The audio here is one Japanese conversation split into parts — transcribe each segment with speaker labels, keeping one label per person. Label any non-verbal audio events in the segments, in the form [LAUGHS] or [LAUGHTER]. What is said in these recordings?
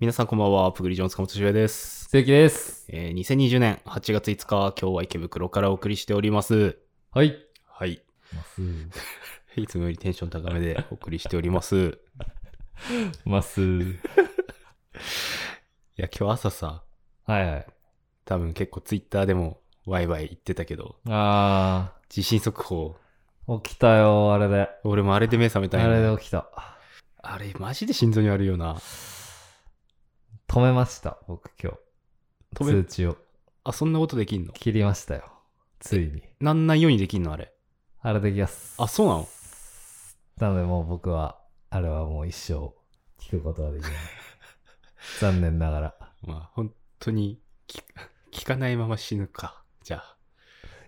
Speaker 1: 皆さんこんばんは、プグリジョン塚本修也です。
Speaker 2: 鈴木です。
Speaker 1: えー、2020年8月5日、今日は池袋からお送りしております。
Speaker 2: はい。
Speaker 1: はい。いつもよりテンション高めでお送りしております。
Speaker 2: ます。
Speaker 1: いや、今日朝さ、
Speaker 2: はいはい。
Speaker 1: 多分結構ツイッターでもワイワイ言ってたけど、
Speaker 2: あ
Speaker 1: 地震速報。
Speaker 2: ー、起きたよ、あれで。
Speaker 1: 俺もあれで目覚めたん
Speaker 2: あ
Speaker 1: よね
Speaker 2: れで起きた。
Speaker 1: あれ、マジで心臓に悪いよな。
Speaker 2: 止めました、僕今日。
Speaker 1: 止め
Speaker 2: 通知を
Speaker 1: あ、そんなことできんの
Speaker 2: 切りましたよ。ついに。
Speaker 1: なんないようにできんのあれ。
Speaker 2: あれできます。
Speaker 1: あそうなの
Speaker 2: なのでもう僕は、あれはもう一生聞くことは
Speaker 1: [LAUGHS]
Speaker 2: できない。残念ながら。
Speaker 1: まあ、本当に聞、 [LAUGHS] 聞かないまま死ぬか。じゃあ。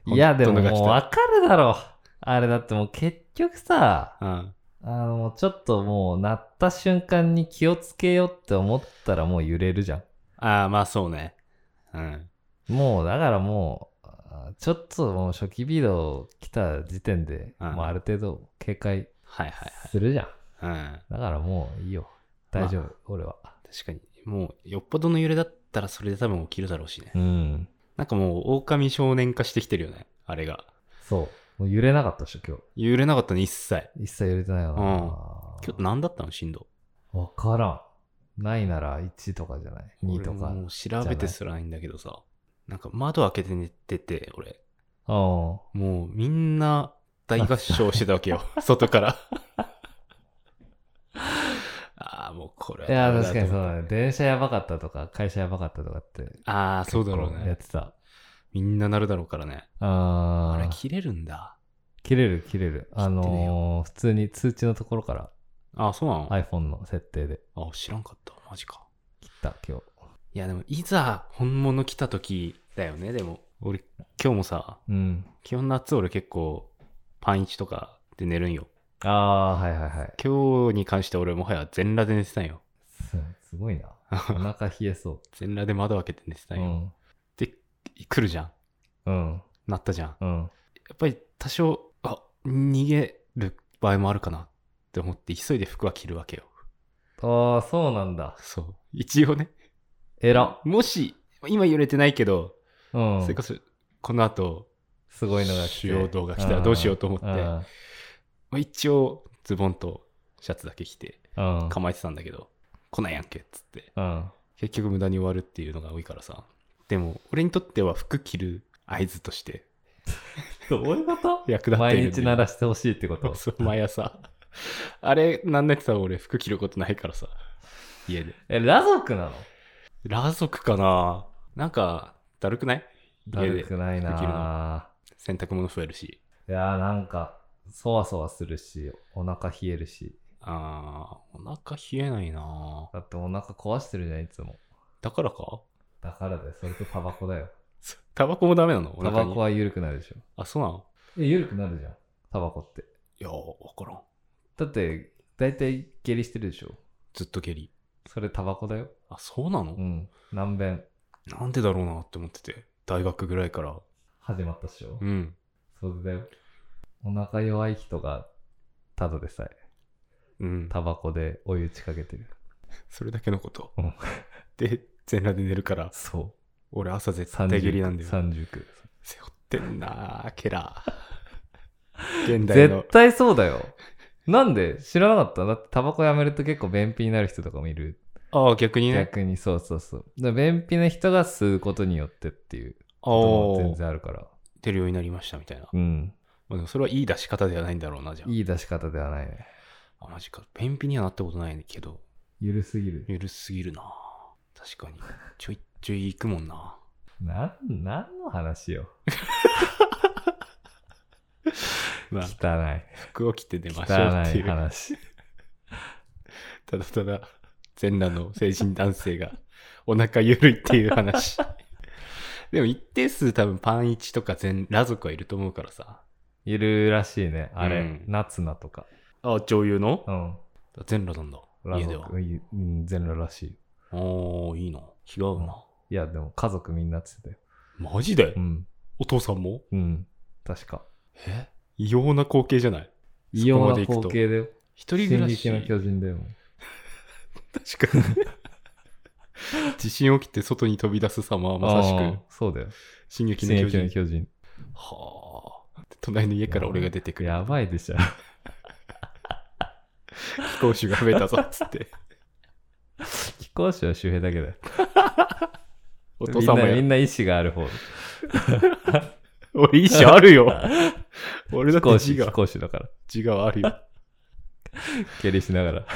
Speaker 2: いや、で
Speaker 1: 本当
Speaker 2: も
Speaker 1: のが来
Speaker 2: もう
Speaker 1: た
Speaker 2: わかるだろ。あれだってもう結局さ、
Speaker 1: うん。
Speaker 2: あの、もうちょっともう、鳴った瞬間に気をつけようって思ったらもう揺れるじゃ
Speaker 1: ああ、まあそうね。うん。
Speaker 2: ん。もう、だからもう、あーちょっともう初期ビデオ来た時点で、
Speaker 1: うん
Speaker 2: もうある程度警戒
Speaker 1: はいはい
Speaker 2: するじゃん。
Speaker 1: はい。うん。
Speaker 2: だからもういいよ。大丈夫、俺は。
Speaker 1: 確かに。もう、よっぽどの揺れだったらそれで多分起きるだろうしね。
Speaker 2: うん。
Speaker 1: なんかもう、狼少年化してきてるよね。あれが。
Speaker 2: そう。もう揺れなかったでしょ、今
Speaker 1: 揺れなかったね、一切。
Speaker 2: 日。一切揺れてないよな。
Speaker 1: 今日何だったの振動。
Speaker 2: わからん。ないなら1とかじゃない ?2 と
Speaker 1: 俺
Speaker 2: か
Speaker 1: も。う調べてすらないんだけどさ。なんか窓開けて寝てて、俺。
Speaker 2: うん。
Speaker 1: もうみんな大合唱してたわけよ。外から。ああ、もうこれ
Speaker 2: い
Speaker 1: は
Speaker 2: や、
Speaker 1: ダメ
Speaker 2: 確かにそう
Speaker 1: と
Speaker 2: だ
Speaker 1: 思っ
Speaker 2: ね。電車やばかったとか、会社やばかったとかって。
Speaker 1: た。ああ、そうだろう
Speaker 2: やっ
Speaker 1: ね。
Speaker 2: てた。
Speaker 1: みんななるだろうからね。
Speaker 2: あ
Speaker 1: あ
Speaker 2: ー
Speaker 1: れ切れるんだ。
Speaker 2: 切れる切れる。あ
Speaker 1: 切ってね
Speaker 2: のー普通に通知のところから
Speaker 1: ああ、そうなの、
Speaker 2: iPhone の設定で
Speaker 1: あ、知らんかった。マジか。
Speaker 2: 切った今日。
Speaker 1: いや、でも、いざ本物来た時だよね、でも。俺、今日もさ、
Speaker 2: うん。
Speaker 1: 基本夏俺結構、パンイチとかで寝るんよ。
Speaker 2: ああー、はいはいはい。
Speaker 1: 今日に関して俺もはや全裸で寝てたんよ。
Speaker 2: すすご
Speaker 1: [LAUGHS]
Speaker 2: いな。お腹冷えそ
Speaker 1: 全裸で窓開けて寝てた
Speaker 2: う。うん
Speaker 1: よ。
Speaker 2: ん。
Speaker 1: で、来るじゃん。
Speaker 2: うん。
Speaker 1: なったじゃん。や
Speaker 2: うん。
Speaker 1: っぱり多少、あ、逃げる場合もあるかなって思って、急いで服は着るわけよ。
Speaker 2: ああ、そうなんだ。
Speaker 1: そう。一応ね。
Speaker 2: えら。
Speaker 1: もし、今揺れてないけど、
Speaker 2: うん
Speaker 1: それ。こそ、この後、
Speaker 2: すごいのが来
Speaker 1: 主
Speaker 2: て。
Speaker 1: 要動画来たらどうしようと思って
Speaker 2: うんうん
Speaker 1: まあ、一応ズボンとシャツだけ着て
Speaker 2: うん。
Speaker 1: 構えてたんだけど、来ないやんけっつって
Speaker 2: うん。
Speaker 1: 結局無駄に終わるっていうのが多いからさでも俺にとっては服着る合図として
Speaker 2: どうい
Speaker 1: [LAUGHS]
Speaker 2: うこと
Speaker 1: 役立っている
Speaker 2: 毎
Speaker 1: んで
Speaker 2: 日鳴らしてほしいってこ
Speaker 1: [LAUGHS]
Speaker 2: と。
Speaker 1: そう毎朝あれなんだってたら俺服着ることないからさ家で
Speaker 2: え、裸族なの
Speaker 1: 裸族かななんかだるくない
Speaker 2: だるくな
Speaker 1: 家
Speaker 2: い
Speaker 1: でできる
Speaker 2: な
Speaker 1: 洗濯物増えるし
Speaker 2: いやーなんか、そわそわするし、お腹冷えるし。
Speaker 1: あーお腹冷えないな
Speaker 2: だってお腹壊してるじゃん、いつも。
Speaker 1: だからか
Speaker 2: だからだよ、それとタバコだよ。
Speaker 1: タバコもダメなのお
Speaker 2: タ
Speaker 1: 腹
Speaker 2: バ
Speaker 1: に
Speaker 2: コは緩くなるでしょ。
Speaker 1: あそうなの
Speaker 2: え、緩くなるじゃん、タバコって。
Speaker 1: いやーわからん
Speaker 2: だって、大体下痢してるでしょ。
Speaker 1: ずっと下痢
Speaker 2: それタバコだよ。
Speaker 1: あ、そうなの、
Speaker 2: うん。難便
Speaker 1: なんでだろうなって思ってて。大学ぐらいから。
Speaker 2: 始まったっしょ
Speaker 1: う。ん。
Speaker 2: それだよ。お腹弱い人が、ただでさえ、
Speaker 1: うん。
Speaker 2: タバコで追い打ちかけてる。
Speaker 1: それだけのこと
Speaker 2: うん。
Speaker 1: [LAUGHS] で、全裸で寝るから、
Speaker 2: そ
Speaker 1: 俺朝
Speaker 2: う。
Speaker 1: 絶対
Speaker 2: 三
Speaker 1: 下痢なんだよ。
Speaker 2: 三十区。
Speaker 1: 背負ってんなー、ケラ
Speaker 2: [LAUGHS]
Speaker 1: ー。現代の
Speaker 2: 絶。対そうだよ。なんで知らなかっただってタバコやめると結構便秘になる人とかもいる。
Speaker 1: ああ、逆にね。
Speaker 2: 逆にそうそうそう。だから便秘な人が吸うことによってっていう
Speaker 1: あ
Speaker 2: こと
Speaker 1: あ、
Speaker 2: も全然あるから。
Speaker 1: 出るようになりましたみたいな。
Speaker 2: うん。
Speaker 1: まあ、でもそれはいい出し方ではないんだろうな、じゃあ。
Speaker 2: いい出し方ではないね。
Speaker 1: あ、マジか。便秘にはなったことないけど、
Speaker 2: ゆるすぎる。
Speaker 1: ゆるすぎるな確かに。ちょいちょい行くもんな
Speaker 2: なん、なんの話よ。
Speaker 1: まあ、
Speaker 2: 汚
Speaker 1: 服を着て出
Speaker 2: い。
Speaker 1: ましょうって
Speaker 2: 汚
Speaker 1: い。
Speaker 2: いう話。
Speaker 1: ただただ全裸の成人男性がお腹ゆるいっていう話でも一定数多分パンイチとか全裸族はいると思うからさ
Speaker 2: ゆるらしいね。あ
Speaker 1: う
Speaker 2: れ
Speaker 1: ん。
Speaker 2: 夏菜とか。
Speaker 1: あ女優の
Speaker 2: うん。
Speaker 1: 全裸なんだ家では
Speaker 2: 裸族いうん全裸らしいよ。
Speaker 1: おーいいな違うな、
Speaker 2: いや、でも家族みんなっつってたよ。
Speaker 1: マジで、
Speaker 2: うん。
Speaker 1: お父さんも
Speaker 2: うん。確か。
Speaker 1: え異様な光景じゃない
Speaker 2: 異様な
Speaker 1: そこまで行く
Speaker 2: 光
Speaker 1: と
Speaker 2: 景だよ。
Speaker 1: 一人暮
Speaker 2: 進
Speaker 1: ら
Speaker 2: 撃の
Speaker 1: し
Speaker 2: 巨人だよ。
Speaker 1: 確かに地震起きて外に飛び出す様はまさし
Speaker 2: あー
Speaker 1: く、
Speaker 2: そうだよ。
Speaker 1: 進撃の巨
Speaker 2: 進撃の
Speaker 1: 人。
Speaker 2: 巨人。
Speaker 1: はあ。隣の家から俺が出てくる。
Speaker 2: やばいでしょ。 [LAUGHS]
Speaker 1: 飛行士が増えたぞ、つって。
Speaker 2: 貴公子は周平だけだよ。
Speaker 1: お父さんも
Speaker 2: みんな、
Speaker 1: や
Speaker 2: みん
Speaker 1: る。
Speaker 2: [LAUGHS] な意志がある方。
Speaker 1: 俺、意思ある [LAUGHS] よ。俺だって
Speaker 2: 貴公子、
Speaker 1: 自
Speaker 2: 貴
Speaker 1: 我、
Speaker 2: 公子だから。
Speaker 1: 自我はある [LAUGHS] よ。
Speaker 2: 蹴りしながら。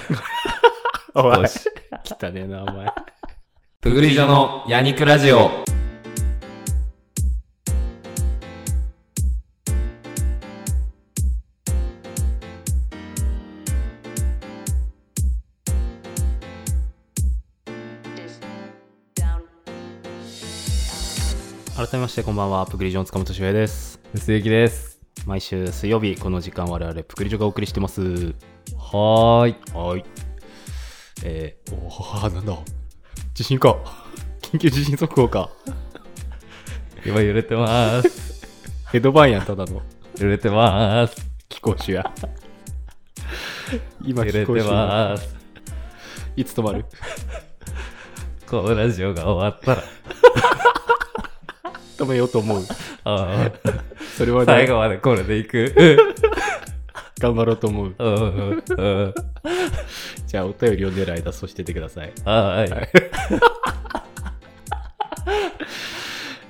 Speaker 1: おい
Speaker 2: 貴公子。
Speaker 1: 汚ねえな、お前。
Speaker 2: プグリジョのヤニクラジオ。
Speaker 1: 改めまして、こんばんは。プクリジョン塚本俊平です。
Speaker 2: 鈴木です。
Speaker 1: 毎週水曜日、この時間我々、プクリジョがお送りしてます。
Speaker 2: はーい。
Speaker 1: はーい。えー、おー、なんだ。地震か。緊急地震速報か。
Speaker 2: 今揺れてます。 [LAUGHS]
Speaker 1: ヘドバンやん、ただの。
Speaker 2: 揺れてます。
Speaker 1: 気候種や。今気
Speaker 2: 揺れて
Speaker 1: 候種。
Speaker 2: ます。
Speaker 1: いつ止ま [LAUGHS] る
Speaker 2: このラジオが終わったら
Speaker 1: 止めようと思う。
Speaker 2: あー、
Speaker 1: それは、ね、
Speaker 2: 最後までこれでいく。
Speaker 1: 頑張ろうと思う。
Speaker 2: うんうんうん
Speaker 1: じゃあ、お便り読んでる間、そうしててください。
Speaker 2: はーい。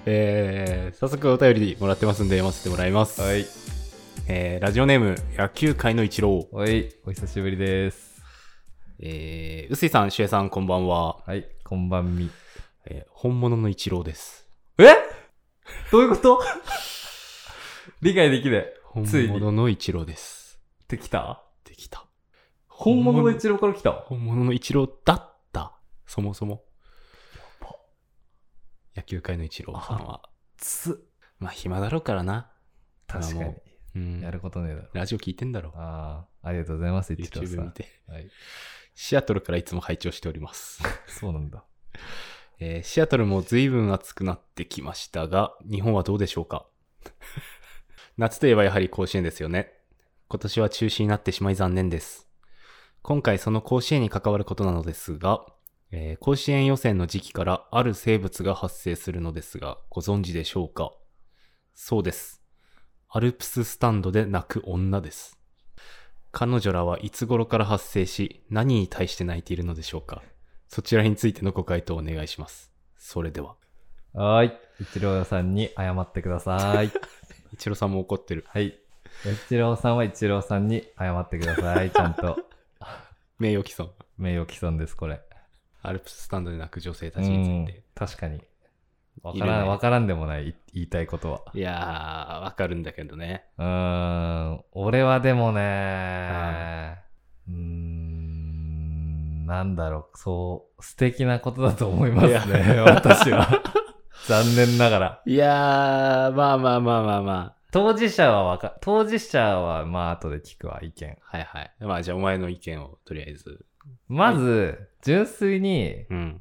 Speaker 1: えー、早速お便りもらってますんで、読ませてもらいます。
Speaker 2: はい。
Speaker 1: えー、ラジオネーム、野球界の一郎。
Speaker 2: おい、お久しぶりです。
Speaker 1: えー、臼井さん、しゅえさん、こんばんは。
Speaker 2: はい、こんばんみ。
Speaker 1: えー本物の一郎です。
Speaker 2: えどういうこと理解できない。
Speaker 1: 本
Speaker 2: ついに
Speaker 1: 物の一郎です。
Speaker 2: ってきた
Speaker 1: できた。
Speaker 2: 本物の一郎から来た
Speaker 1: 本物の一郎だった。そもそも。野球界の一郎さんは。
Speaker 2: つ。
Speaker 1: まあ、暇だろうからな。
Speaker 2: 確かに。
Speaker 1: うん。
Speaker 2: やることねえだろ。
Speaker 1: ラジオ聞いてんだろ。
Speaker 2: ああ、ありがとうございます、一郎さ
Speaker 1: YouTube 見
Speaker 2: ん。
Speaker 1: て。
Speaker 2: はい。
Speaker 1: シアトルからいつも拝聴しております。
Speaker 2: そうなんだ。
Speaker 1: えーシアトルも随分暑くなってきましたが、日本はどうでしょうか [LAUGHS] 夏といえばやはり甲子園ですよね。今年は中止になってしまい残念です。今回その甲子園に関わることなのですが、えー甲子園予選の時期からある生物が発生するのですが、ご存知でしょうかそうです。アルプススタンドで泣く女です。彼女らはいつ頃から発生し、何に対して泣いているのでしょうかそちらについてのご回答をお願いします。それでは。
Speaker 2: はーい。一郎さんに謝ってくだ
Speaker 1: [LAUGHS]
Speaker 2: さい。
Speaker 1: 一郎さんも怒ってる。
Speaker 2: はい。一郎さんは一郎さんに謝ってください。ちゃんと。
Speaker 1: 名誉毀損。
Speaker 2: 名誉毀損です、これ。
Speaker 1: アルプススタンドで泣く女性たちについて
Speaker 2: うん。確かに。わ
Speaker 1: 入
Speaker 2: か
Speaker 1: れ
Speaker 2: ら
Speaker 1: ない
Speaker 2: ん、わからんでもない、い言いたいことは。
Speaker 1: いやー、わかるんだけどね。
Speaker 2: うーん、俺はでもね、うーん、なんだろう、そう、素敵なことだと思います
Speaker 1: い
Speaker 2: ね、私
Speaker 1: [LAUGHS]
Speaker 2: は。残念ながら。
Speaker 1: いやー、まあまあまあまあまあ。
Speaker 2: 当事者はわか、当事者は、まあ、後で聞くわ、意見。
Speaker 1: はいはい。まあじゃあお前の意見をとりあえず。
Speaker 2: まず、純粋に、
Speaker 1: うん。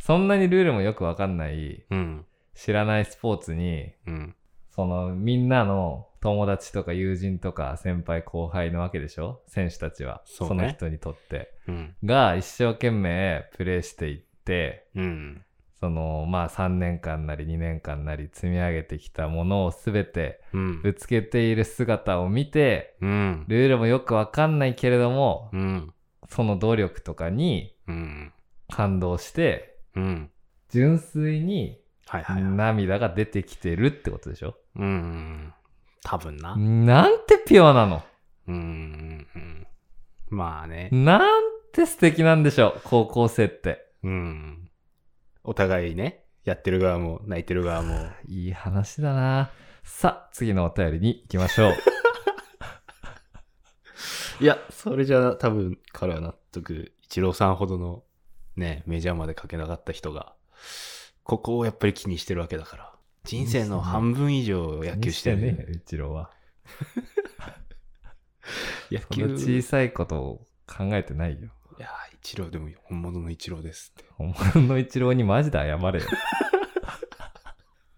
Speaker 2: そんなにルールもよくわかんない、
Speaker 1: うん。
Speaker 2: 知らないスポーツに、
Speaker 1: うん。
Speaker 2: その、みんなの友達とか友人とか先輩後輩なわけでしょ選手たちは。
Speaker 1: そうね
Speaker 2: その人にとって。
Speaker 1: うん。
Speaker 2: が一生懸命プレーしていって
Speaker 1: うん。
Speaker 2: そのまあ3年間なり2年間なり積み上げてきたものを全て
Speaker 1: うん。
Speaker 2: ぶつけている姿を見て
Speaker 1: うん。
Speaker 2: ルールもよくわかんないけれども
Speaker 1: うん。
Speaker 2: その努力とかに
Speaker 1: うん。
Speaker 2: 感動して
Speaker 1: うん。
Speaker 2: 純粋に
Speaker 1: はいはいはい。
Speaker 2: 涙が出てきてるってことでしょ
Speaker 1: うん。多分な。
Speaker 2: なんてピュアなの
Speaker 1: うんうん。うんまあね。
Speaker 2: なんて素敵なんでしょう高校生って
Speaker 1: うん。お互いね、やってる側も泣いてる側も。
Speaker 2: いい話だなさあ次のお便りに行き
Speaker 1: [LAUGHS]
Speaker 2: ましょう
Speaker 1: いや、それじゃ多分彼は納得。一郎さんほどのね、メジャーまでかけなかった人が、ここをやっぱり気にしてるわけだから。人生の半分以上野球してるね。
Speaker 2: イチローは
Speaker 1: 野
Speaker 2: そ
Speaker 1: 球。
Speaker 2: の小さいことを考えてないよ。
Speaker 1: いや、一郎でも本物の一郎ですって。
Speaker 2: 本物の一郎にマジで謝れよ。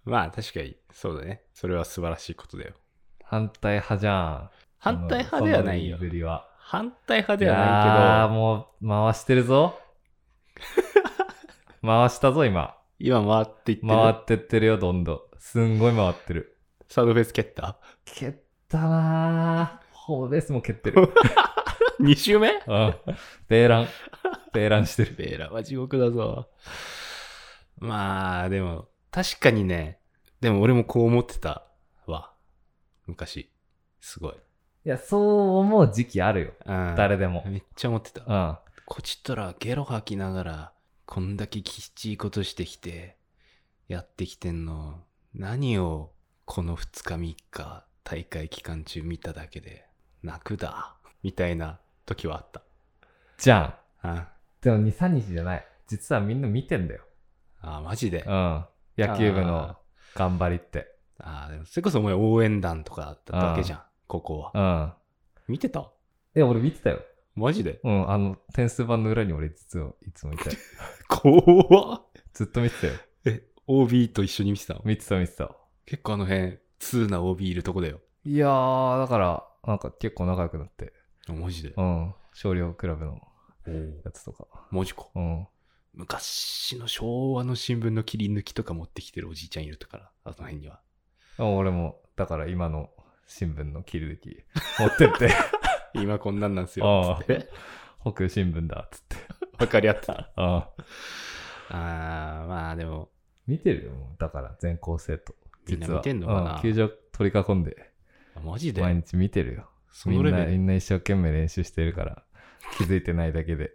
Speaker 1: まあ確かに、そうだね。それは素晴らしいことだよ。
Speaker 2: 反対派じゃん。
Speaker 1: 反対派ではないよ
Speaker 2: その。言ぶりは。
Speaker 1: 反対派
Speaker 2: い
Speaker 1: では
Speaker 2: や
Speaker 1: な
Speaker 2: ー
Speaker 1: い
Speaker 2: [LAUGHS] もう回してるぞ。回したぞ、今。
Speaker 1: 今回っていってる。
Speaker 2: 回ってってるよ、どんどん。すんごい回ってる。
Speaker 1: サードベース蹴った [LAUGHS]
Speaker 2: 蹴ったなぁ。ホームベースも蹴って [LAUGHS] る。
Speaker 1: ?2 周目
Speaker 2: うん。ベーラン。ベーランしてる。
Speaker 1: ベーラは地獄だぞ。まあ、でも、確かにね、でも俺もこう思ってたわ。昔。すごい。
Speaker 2: いや、そう思う時期あるよ。
Speaker 1: うん、
Speaker 2: 誰でも。
Speaker 1: めっちゃ思ってた。
Speaker 2: うん。
Speaker 1: こちとらゲロ吐きながら、こんだけきっちいことしてきて、やってきてんの、何をこの2日3日大会期間中見ただけで、泣くだ、みたいな時はあった。
Speaker 2: じゃん。
Speaker 1: あ
Speaker 2: でも2、3日じゃない。実はみんな見てんだよ。
Speaker 1: あ、マジで。
Speaker 2: う
Speaker 1: あ
Speaker 2: ん。野球部の頑張りって。
Speaker 1: あ、でもそれこそお前応援団とかだったわけじゃん、ここは。
Speaker 2: うん。
Speaker 1: 見てた
Speaker 2: え、俺見てたよ。
Speaker 1: マジで
Speaker 2: うん。あの、点数版の裏に俺実はいつもい [LAUGHS] たよ。
Speaker 1: [LAUGHS] 怖っ
Speaker 2: ずっと見てたよ。
Speaker 1: え、OB と一緒に見てたの
Speaker 2: 見てた見てた。
Speaker 1: 結構あの辺、通な OB いるとこだよ。
Speaker 2: いやー、だから、なんか結構仲良くなって。
Speaker 1: あマジで
Speaker 2: う。ん。少量クラブの
Speaker 1: おお
Speaker 2: やつとか。
Speaker 1: マジか。
Speaker 2: うん。
Speaker 1: 昔の昭和の新聞の切り抜きとか持ってきてるおじいちゃんいるとから、あの辺には。
Speaker 2: 俺も、だから今の新聞の切り抜き [LAUGHS] 持ってって、
Speaker 1: 今こんなんなんすよ、つ [LAUGHS] って。
Speaker 2: 北新聞だ、つって。
Speaker 1: 分かり合って [LAUGHS] た。
Speaker 2: ああ。
Speaker 1: あー、まあでも、
Speaker 2: 見てるよ、もうだから全校生徒。
Speaker 1: みんな
Speaker 2: 実は
Speaker 1: 見てんのかな
Speaker 2: うん、球場取り囲んで、
Speaker 1: あマジ
Speaker 2: 毎
Speaker 1: で、
Speaker 2: 日見てるよ。
Speaker 1: そ
Speaker 2: み
Speaker 1: の
Speaker 2: ん
Speaker 1: レ
Speaker 2: な、
Speaker 1: ベ
Speaker 2: み
Speaker 1: ル。
Speaker 2: んな一生懸命練習してるから、気づいてないだ
Speaker 1: [LAUGHS]
Speaker 2: けで。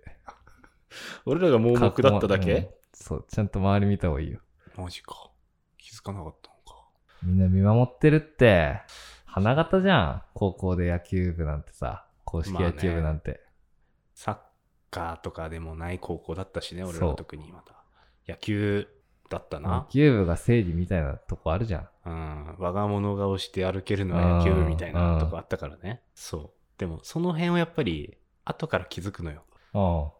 Speaker 1: 俺らが盲目だっただ
Speaker 2: うん
Speaker 1: け
Speaker 2: そう、ちゃんと周り見た方がいいよ。
Speaker 1: マジか。気づかなかったのか。
Speaker 2: みんな見守ってるって、花形じゃん。高校で野球部なんてさ、公式野球部なんて。
Speaker 1: サッカーとかでもない高校だったしね、俺
Speaker 2: そ
Speaker 1: ら
Speaker 2: う
Speaker 1: 特にまた。野球だったな
Speaker 2: 野。球部が正義みたいなとこあるじゃん。
Speaker 1: うん、我が物顔して歩けるのは野球部みたいなとこあったからね。そう。でも、その辺はやっぱり、後から気づくのよ。
Speaker 2: う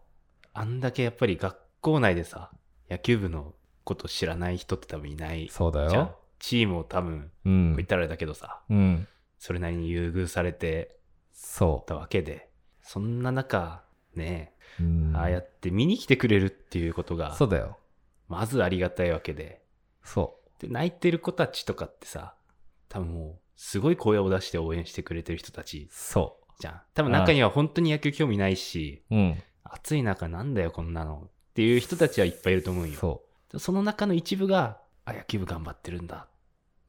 Speaker 2: ん。
Speaker 1: あんだけやっぱり学校内でさ、野球部のこと知らない人って多分いない
Speaker 2: そうだ
Speaker 1: じゃん
Speaker 2: よ。。
Speaker 1: チームを多分、
Speaker 2: う
Speaker 1: こう言っ
Speaker 2: ん。
Speaker 1: たらあれだけどさ、
Speaker 2: うん。
Speaker 1: それなりに優遇されて
Speaker 2: そ
Speaker 1: たわけで、そんな中、ね
Speaker 2: う。うん
Speaker 1: ああやって見に来てくれるっていうことが、
Speaker 2: そうだよ。
Speaker 1: まずありがたいわけで、
Speaker 2: そ
Speaker 1: で、泣いてる子たちとかってさ、多分もう、すごい声を出して応援してくれてる人たち
Speaker 2: う。そ
Speaker 1: じゃん。多分中には本当に野球興味ないし、
Speaker 2: う。うん。
Speaker 1: 暑い中なんだよこんなのっていう人たちはいっぱいいると思うよ。
Speaker 2: そ
Speaker 1: その中の一部が、あ、野球部頑張ってるんだ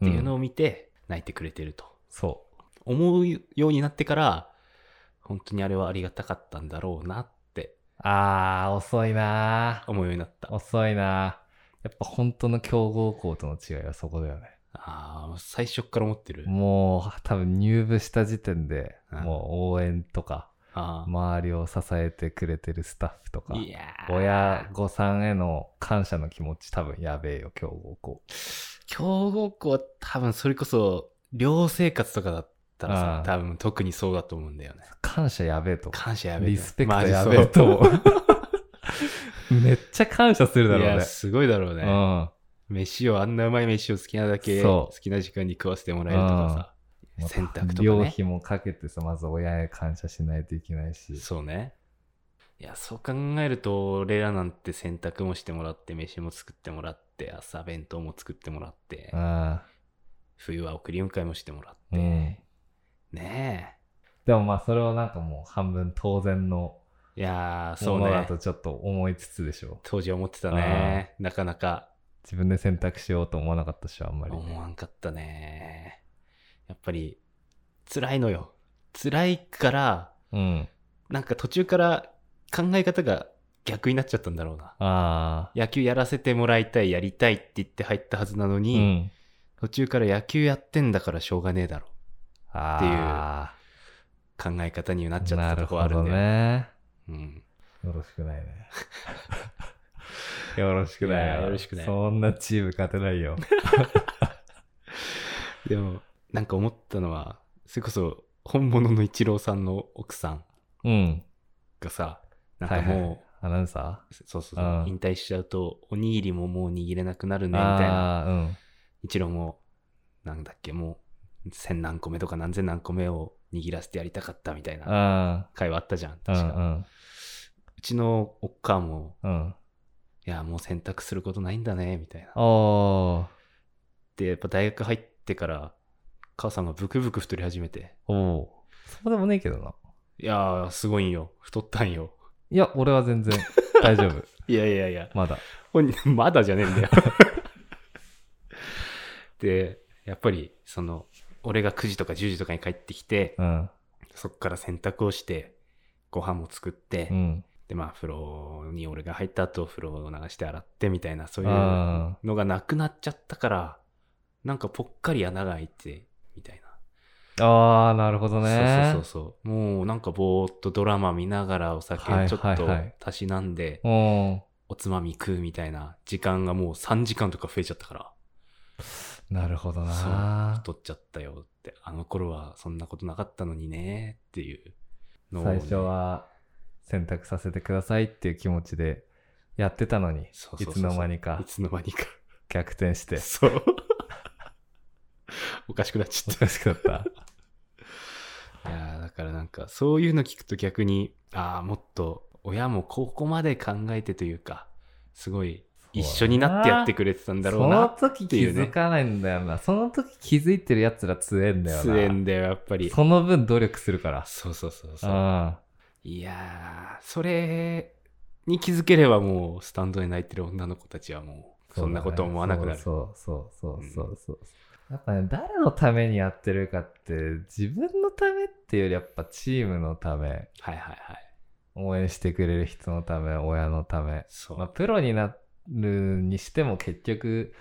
Speaker 2: う。
Speaker 1: っていうの
Speaker 2: ん
Speaker 1: を見て、泣いてくれてると。
Speaker 2: そ
Speaker 1: 思うようになってから、本当にあれはありがたかったんだろうなって
Speaker 2: う。あー、遅いなー。
Speaker 1: 思うようになった。あ
Speaker 2: 遅いなー。やっぱ本当の強豪校との違いはそこだよね。
Speaker 1: あー、最初っから思ってる。
Speaker 2: もう多分入部した時点で、
Speaker 1: うん
Speaker 2: もう応援とか、
Speaker 1: あー
Speaker 2: 周りを支えてくれてるスタッフとか、
Speaker 1: いやー
Speaker 2: 親御さんへの感謝の気持ち多分やべえよ、強豪校。
Speaker 1: 強豪校は多分それこそ、寮生活とかだったら
Speaker 2: う
Speaker 1: さ
Speaker 2: ん、
Speaker 1: 多分特にそうだと思うんだよね。
Speaker 2: 感謝やべえと思う。
Speaker 1: 感謝やべえ
Speaker 2: リ
Speaker 1: よ
Speaker 2: スペクト
Speaker 1: マジ
Speaker 2: や
Speaker 1: そう
Speaker 2: べえと思う。 [LAUGHS] めっちゃ感謝するだ
Speaker 1: い
Speaker 2: ろう
Speaker 1: や、
Speaker 2: ね。
Speaker 1: すごいだろうね。
Speaker 2: うん。
Speaker 1: 飯をあんなうまい飯を好きなだけ
Speaker 2: そ
Speaker 1: 好
Speaker 2: う
Speaker 1: きな時間に食わせてもらえるとかさ洗濯と
Speaker 2: 料
Speaker 1: か
Speaker 2: 費もかけてさ、まず親へ感謝しないといけないし
Speaker 1: ね。そうねいやそう考えると俺らなんて洗濯もしてもらって飯も作ってもらって朝弁当も作ってもらって
Speaker 2: あ
Speaker 1: 冬は送り迎えもしてもらっ
Speaker 2: あ、う
Speaker 1: て、
Speaker 2: ん。
Speaker 1: ね
Speaker 2: でもまあ、それをなんかもう半分当然の
Speaker 1: えいやーそ
Speaker 2: も
Speaker 1: う
Speaker 2: のだ
Speaker 1: ね
Speaker 2: とちょっと思いつつでしょ。
Speaker 1: 当時は思ってたねなかなか
Speaker 2: 自分で選択しようと思わなかったっしょ、あんまり。
Speaker 1: 思わんかったねやっぱり辛いのよ辛いから
Speaker 2: うん。
Speaker 1: なんか途中から考え方が逆になっちゃったんだろうな
Speaker 2: ああ。
Speaker 1: 野球やらせてもらいたいやりたいって言って入ったはずなの
Speaker 2: う
Speaker 1: に、
Speaker 2: ん。
Speaker 1: 途中から野球やってんだからしょうがねえだろ
Speaker 2: あ
Speaker 1: 考え方にな
Speaker 2: あ
Speaker 1: っちゃったとこあ
Speaker 2: なる
Speaker 1: る
Speaker 2: ほ
Speaker 1: ん
Speaker 2: ど
Speaker 1: だよ、
Speaker 2: ね。
Speaker 1: うん、
Speaker 2: よろしくないね。 [LAUGHS] よろしくない
Speaker 1: いや
Speaker 2: よ。
Speaker 1: よろしくない
Speaker 2: そんなチーム勝てないよ。
Speaker 1: でもなんか思ったのはそれこそ本物のイチローさんの奥さん
Speaker 2: うん。
Speaker 1: がさなんかもう、
Speaker 2: はいはいアナウンサ
Speaker 1: そうそうそ
Speaker 2: あ
Speaker 1: う
Speaker 2: あ
Speaker 1: 引退しちゃうとおにぎりももう握れなくなる
Speaker 2: ー
Speaker 1: ねみたいな
Speaker 2: あー
Speaker 1: イチローもなんだっけもう千何個目とか何千何個目を握らせてやりたかったみたい
Speaker 2: うん。
Speaker 1: な
Speaker 2: あ
Speaker 1: 会話あったじゃん
Speaker 2: あ。う
Speaker 1: 確か、
Speaker 2: ん
Speaker 1: うちのおっかも
Speaker 2: うん。うん。
Speaker 1: いや、もう選択することないんだね、みたいな。
Speaker 2: おー
Speaker 1: で、やっぱ大学入ってから、母さんがブクブク太り始めて。
Speaker 2: おーそうでもねえけどな。
Speaker 1: いやー、すごいんよ。太ったんよ。
Speaker 2: いや、俺は全 [LAUGHS] 然大丈夫。
Speaker 1: いやいやいや。
Speaker 2: まだ。
Speaker 1: 本人、 [LAUGHS] まだじゃねえん
Speaker 2: [LAUGHS]
Speaker 1: だよ。で、やっぱり、その、俺が9時とか10時とかに帰ってきて、
Speaker 2: うん。
Speaker 1: そっから洗濯をして、ご飯も作って、
Speaker 2: うん。
Speaker 1: で、まあ、風呂に俺が入った後、風呂を流して洗ってみたいな、そういう
Speaker 2: あ
Speaker 1: のがなくなっちゃったから、なんかぽっかり穴が開いて、みたいな。
Speaker 2: ーあー、なるほどね。
Speaker 1: そうそうそうそう。もうなんかぼーっとドラマ見ながらお
Speaker 2: はい
Speaker 1: 酒ちょ
Speaker 2: は
Speaker 1: っ
Speaker 2: い
Speaker 1: と
Speaker 2: はい
Speaker 1: たしなんで、
Speaker 2: うん。
Speaker 1: おつまみ食うみたいな時間がもう3時間とか増えちゃったから、
Speaker 2: なるほど
Speaker 1: そう
Speaker 2: な。
Speaker 1: 太っちゃったよって、あの頃はそんなことなかったのにねっていうのをね
Speaker 2: 最初。は選択させてくださいっていう気持ちでやってたのに、
Speaker 1: そう
Speaker 2: い
Speaker 1: そうそう
Speaker 2: つ
Speaker 1: そう
Speaker 2: の間にか
Speaker 1: いつの間にか。
Speaker 2: 逆転して。
Speaker 1: そう。 [LAUGHS] おかしくなっちゃ
Speaker 2: お
Speaker 1: っ
Speaker 2: かしくなった。 [LAUGHS]
Speaker 1: た。いやーだからなんかそういうの聞くと逆に、ああ、もっと親もここまで考えてというか、すごい [LAUGHS] 一緒になってやってくれてたんだろうな
Speaker 2: その時気づかないんだよな。その時気づいてるやつら強えんだよな。
Speaker 1: 強えんだよ、やっぱり。
Speaker 2: その分努力するから。
Speaker 1: そうそうそうそう。
Speaker 2: あ
Speaker 1: いやー、それに気づければもう、スタンドで泣いてる女の子たちはもう、そんなこと思わなくなる。
Speaker 2: そうそうそうそうそうそう。やっぱね、誰のためにやってるかって、自分のためっていうよりやっぱチームのため、
Speaker 1: はいはいはい。
Speaker 2: 応援してくれる人のため、親のため。
Speaker 1: そう。
Speaker 2: まあ、プロになるにしても結局、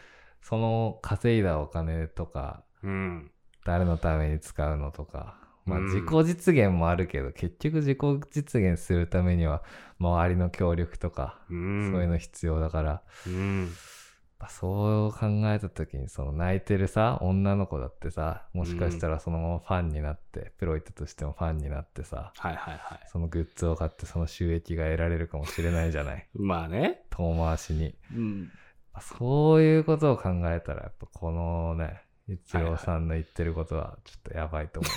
Speaker 2: その稼いだお金とか、
Speaker 1: うん。
Speaker 2: 誰のために使うのとか、まあ、
Speaker 1: うん
Speaker 2: 自己実現もあるけど、結局自己実現するためには周りの協力とか、
Speaker 1: うん。
Speaker 2: そういうの必要だから、
Speaker 1: うん。
Speaker 2: まあそう考えた時にその泣いてるさ女の子だってさもしかしたらそのままファンになって、プロ行ったとしてもファンになってさ
Speaker 1: はいはいはい。
Speaker 2: そのグッズを買ってその収益が得られるかもしれないじゃない
Speaker 1: まあね。
Speaker 2: 遠回しに
Speaker 1: うん。
Speaker 2: まあそういうことを考えたらやっぱこのね一郎さんの言ってることはちょっとやばいと思う、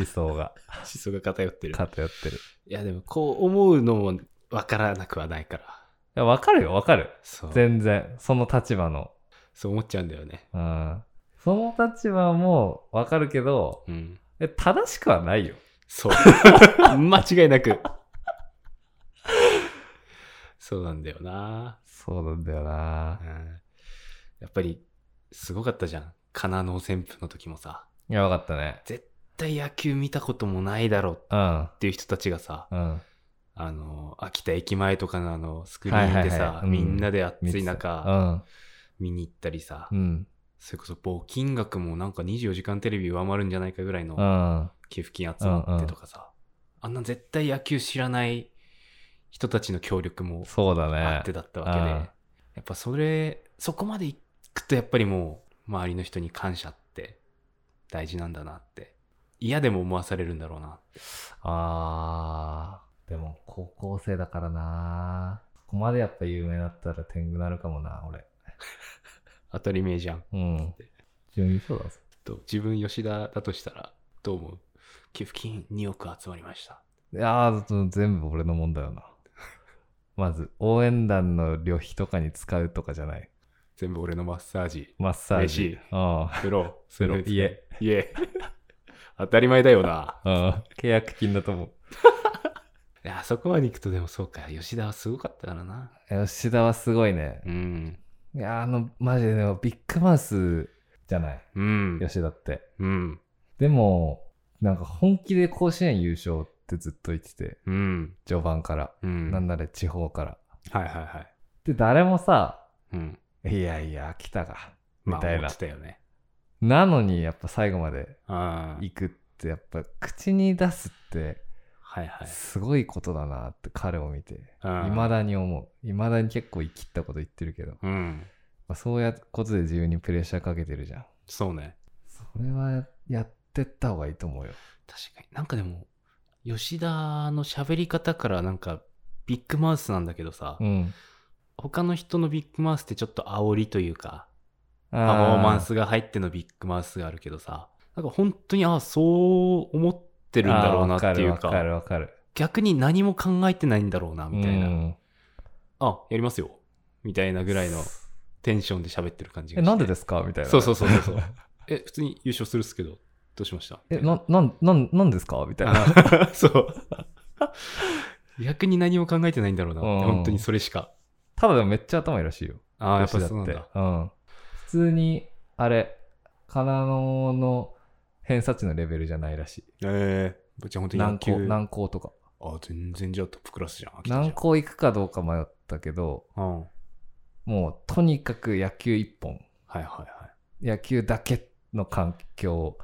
Speaker 2: 思
Speaker 1: [LAUGHS]
Speaker 2: 想が
Speaker 1: 思想が偏ってる。
Speaker 2: 偏ってるい
Speaker 1: いやでも、こう思うのもわからなくはないから。
Speaker 2: やわかるよわかる
Speaker 1: そう。
Speaker 2: 全然その立場の
Speaker 1: そう思っちゃうんだよね。
Speaker 2: うんその立場もわかるけど
Speaker 1: うん。
Speaker 2: え正しくはないよ
Speaker 1: そう。 [LAUGHS] 間違いなく。そうなんだよな。
Speaker 2: そうなんだよな
Speaker 1: う。んやっぱりすごかったじゃん。カナノ旋風の時もさ、
Speaker 2: いや、わかったね。
Speaker 1: 絶対野球見たこともないだろうっ
Speaker 2: うん。
Speaker 1: ていう人たちがさ、
Speaker 2: うん。
Speaker 1: あの、秋田駅前とかのあの、スクリーンでさ、
Speaker 2: はいはいはいうん
Speaker 1: みんなで暑い
Speaker 2: う
Speaker 1: 中、
Speaker 2: ん。
Speaker 1: 見に行ったりさ、
Speaker 2: うん。
Speaker 1: それこそ募金額もなんか24時間テレビ上回るんじゃないかぐらい
Speaker 2: うん。
Speaker 1: の
Speaker 2: あ
Speaker 1: 寄付金集まってとかさ、あんな絶対野球知らない人たちの協力も
Speaker 2: そうだね。
Speaker 1: あってだったわけ
Speaker 2: うん
Speaker 1: で、やっぱそれ、そこまで行くとやっぱりもう、周りの人に感謝って大事なんだなって、嫌でも思わされるんだろうな。
Speaker 2: あー。でも、高校生だからな。ここまでやっぱ有名だったら天狗なるかもな、俺。
Speaker 1: 当たり前じゃん。
Speaker 2: うん。準優勝だぞ。
Speaker 1: と自分吉田だとしたら、どう思う寄付金2億集まりました。
Speaker 2: いやー、その全部俺のもんだよな。まず、応援団の旅費とかに使うとかじゃない。
Speaker 1: 全部俺のマッサージ、
Speaker 2: マッサージ。
Speaker 1: 飯
Speaker 2: うん。
Speaker 1: 風呂、 [LAUGHS]
Speaker 2: 風呂
Speaker 1: それです
Speaker 2: 家。
Speaker 1: 家。 [LAUGHS] 当たり前だよな。
Speaker 2: うん。契約金だと思う。
Speaker 1: [LAUGHS] いや、そこまで行くとでもそうか、吉田はすごかったからな。
Speaker 2: 吉田はすごいね。
Speaker 1: うん。
Speaker 2: いやーあのマジででもビッグマウスじゃない
Speaker 1: うん。
Speaker 2: 吉田って
Speaker 1: うん。
Speaker 2: でもなんか本気で甲子園優勝ってずっと言ってて
Speaker 1: うん。
Speaker 2: 序盤から、
Speaker 1: うん。
Speaker 2: なんなら地方から
Speaker 1: はいはいはい。
Speaker 2: で誰もさ
Speaker 1: うん。
Speaker 2: いやいや秋田がみ
Speaker 1: まあ、
Speaker 2: たい
Speaker 1: 思
Speaker 2: な、
Speaker 1: ってたよね。
Speaker 2: なのにやっぱ最後まで
Speaker 1: ああ。
Speaker 2: 行くってやっぱ口に出すって
Speaker 1: はいはい。
Speaker 2: すごいことだなって彼を見て
Speaker 1: うん
Speaker 2: いまだに思ういまだに結構言い切ったこと言ってるけど、
Speaker 1: うん。
Speaker 2: まあ、そうやことで自分にプレッシャーかけてるじゃん
Speaker 1: そうね。
Speaker 2: それはやってった方がいいと思うよ
Speaker 1: 確かに。なんかでも、吉田の喋り方からなんか、ビッグマウスなんだけどさ、
Speaker 2: うん。
Speaker 1: 他の人のビッグマウスってちょっと煽りというか、
Speaker 2: パ
Speaker 1: パフォーマンスが入ってのビッグマウスがあるけどさ、なんか本当に、ああ、そう思ってるんだろうなっていうか、
Speaker 2: わかるわかるわかる。
Speaker 1: 逆に何も考えてないんだろうな、みたいな。
Speaker 2: うん
Speaker 1: あ、やりますよ。みたいなぐらいのテンションで喋ってる感じ
Speaker 2: え、
Speaker 1: が
Speaker 2: なんでですすかみたいな。
Speaker 1: そうそうそうそうそう。え、普通に優勝するっすけど、どうしました
Speaker 2: え、な、なん、なん、なんですかみたいな。
Speaker 1: あそう。逆に何も考えてないんだろうなって、
Speaker 2: うん
Speaker 1: 本当にそれしか。
Speaker 2: [LAUGHS] ただでもめっちゃ頭いいらしいよ。
Speaker 1: ああ、やっぱ
Speaker 2: 吉田
Speaker 1: そうなん
Speaker 2: て
Speaker 1: だ。
Speaker 2: うん。普通に、あれ、カナノの偏差値のレベルじゃないらし
Speaker 1: ええじゃあ本
Speaker 2: い。
Speaker 1: 当に
Speaker 2: 難
Speaker 1: 野
Speaker 2: 校、
Speaker 1: 球。
Speaker 2: 難校とか。
Speaker 1: あ、全然じゃあトップクラスじゃん。秋田じゃん
Speaker 2: 難校行くかどうか迷ったけど、
Speaker 1: うん。はい
Speaker 2: もうとにかく野球一本、
Speaker 1: はいはい。
Speaker 2: 野球だけの環境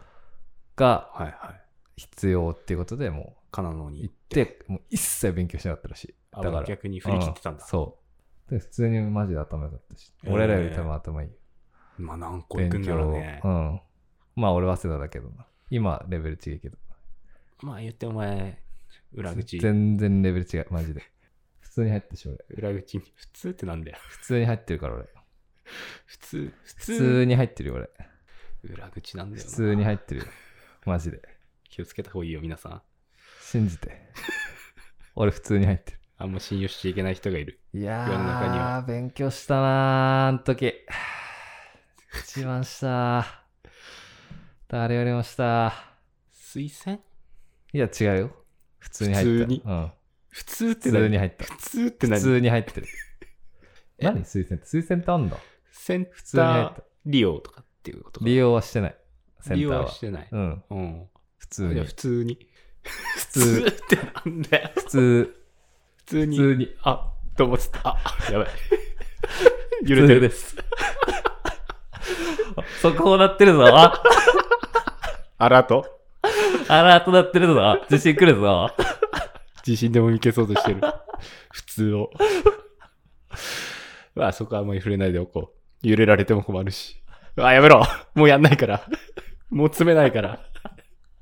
Speaker 2: が
Speaker 1: はいはい。
Speaker 2: 必要っていうことでも
Speaker 1: カナノ
Speaker 2: う
Speaker 1: に
Speaker 2: 行
Speaker 1: 行
Speaker 2: っ
Speaker 1: って。
Speaker 2: て、もう一切勉強しなかったらしい。
Speaker 1: あ
Speaker 2: だから
Speaker 1: 逆に振り切ってたん
Speaker 2: う
Speaker 1: だ。
Speaker 2: そう。で、普通にマジで頭良かったし、
Speaker 1: えー
Speaker 2: 俺らより多分頭いいよ。
Speaker 1: まあ何個行くんだろうね
Speaker 2: う。ん。まあ俺は早稲田だけどな。今レベル違うけど。
Speaker 1: まあ言ってお前、裏口。
Speaker 2: 全然レベル違う、マ [LAUGHS] ジで。普通に入ってし俺。
Speaker 1: 裏口に。普通ってなんだよ。
Speaker 2: 普通に入ってるから俺。
Speaker 1: 普通、普
Speaker 2: 普通
Speaker 1: 通。
Speaker 2: に入ってるよ俺。
Speaker 1: 裏口なんだ
Speaker 2: 普
Speaker 1: よな。
Speaker 2: 通に入ってるよ。マジで。
Speaker 1: 気をつけた方がいいよ、皆さん。
Speaker 2: 信じて。俺普通に入ってる。
Speaker 1: あんま信用しちゃいけない人がいる。
Speaker 2: いや
Speaker 1: 世の中には
Speaker 2: ー、勉強したなー、あの時。一番したー。誰よりもしたー。
Speaker 1: 推薦
Speaker 2: いや、違うよ。普通に入った。
Speaker 1: 普通に
Speaker 2: うん。
Speaker 1: 普通っ
Speaker 2: 普
Speaker 1: て
Speaker 2: 通
Speaker 1: 何
Speaker 2: に入った。
Speaker 1: 普通って
Speaker 2: 普
Speaker 1: 何
Speaker 2: 通に入ってる。
Speaker 1: え
Speaker 2: 何推薦って推薦ってあんだ
Speaker 1: セン
Speaker 2: 普通に
Speaker 1: タ
Speaker 2: 入っ
Speaker 1: ー
Speaker 2: た。
Speaker 1: 利用とかっていうことか
Speaker 2: 利用はしてない。セン
Speaker 1: 利
Speaker 2: タ
Speaker 1: 用
Speaker 2: ーは。
Speaker 1: はしてない。
Speaker 2: うん。
Speaker 1: うん。
Speaker 2: 普通
Speaker 1: い
Speaker 2: に。
Speaker 1: や、普通に。 [LAUGHS] 普
Speaker 2: 通
Speaker 1: 通ってなんだよ。
Speaker 2: 普通、
Speaker 1: 普通
Speaker 2: 普
Speaker 1: に。
Speaker 2: 通に。
Speaker 1: あ、と思ってた。あ、やばい。 [LAUGHS] 揺れてるです。
Speaker 2: 速報鳴ってるぞ。あ
Speaker 1: アラート
Speaker 2: アラート鳴ってるぞ。地震来るぞ。
Speaker 1: 地震でも見けそうとしてる。 [LAUGHS] 普通を。 [LAUGHS] まあ、そこはあんまり触れないでおこう。揺れられても困るし。あ、やめろ [LAUGHS] もうやんないから。 [LAUGHS] もう詰めないから。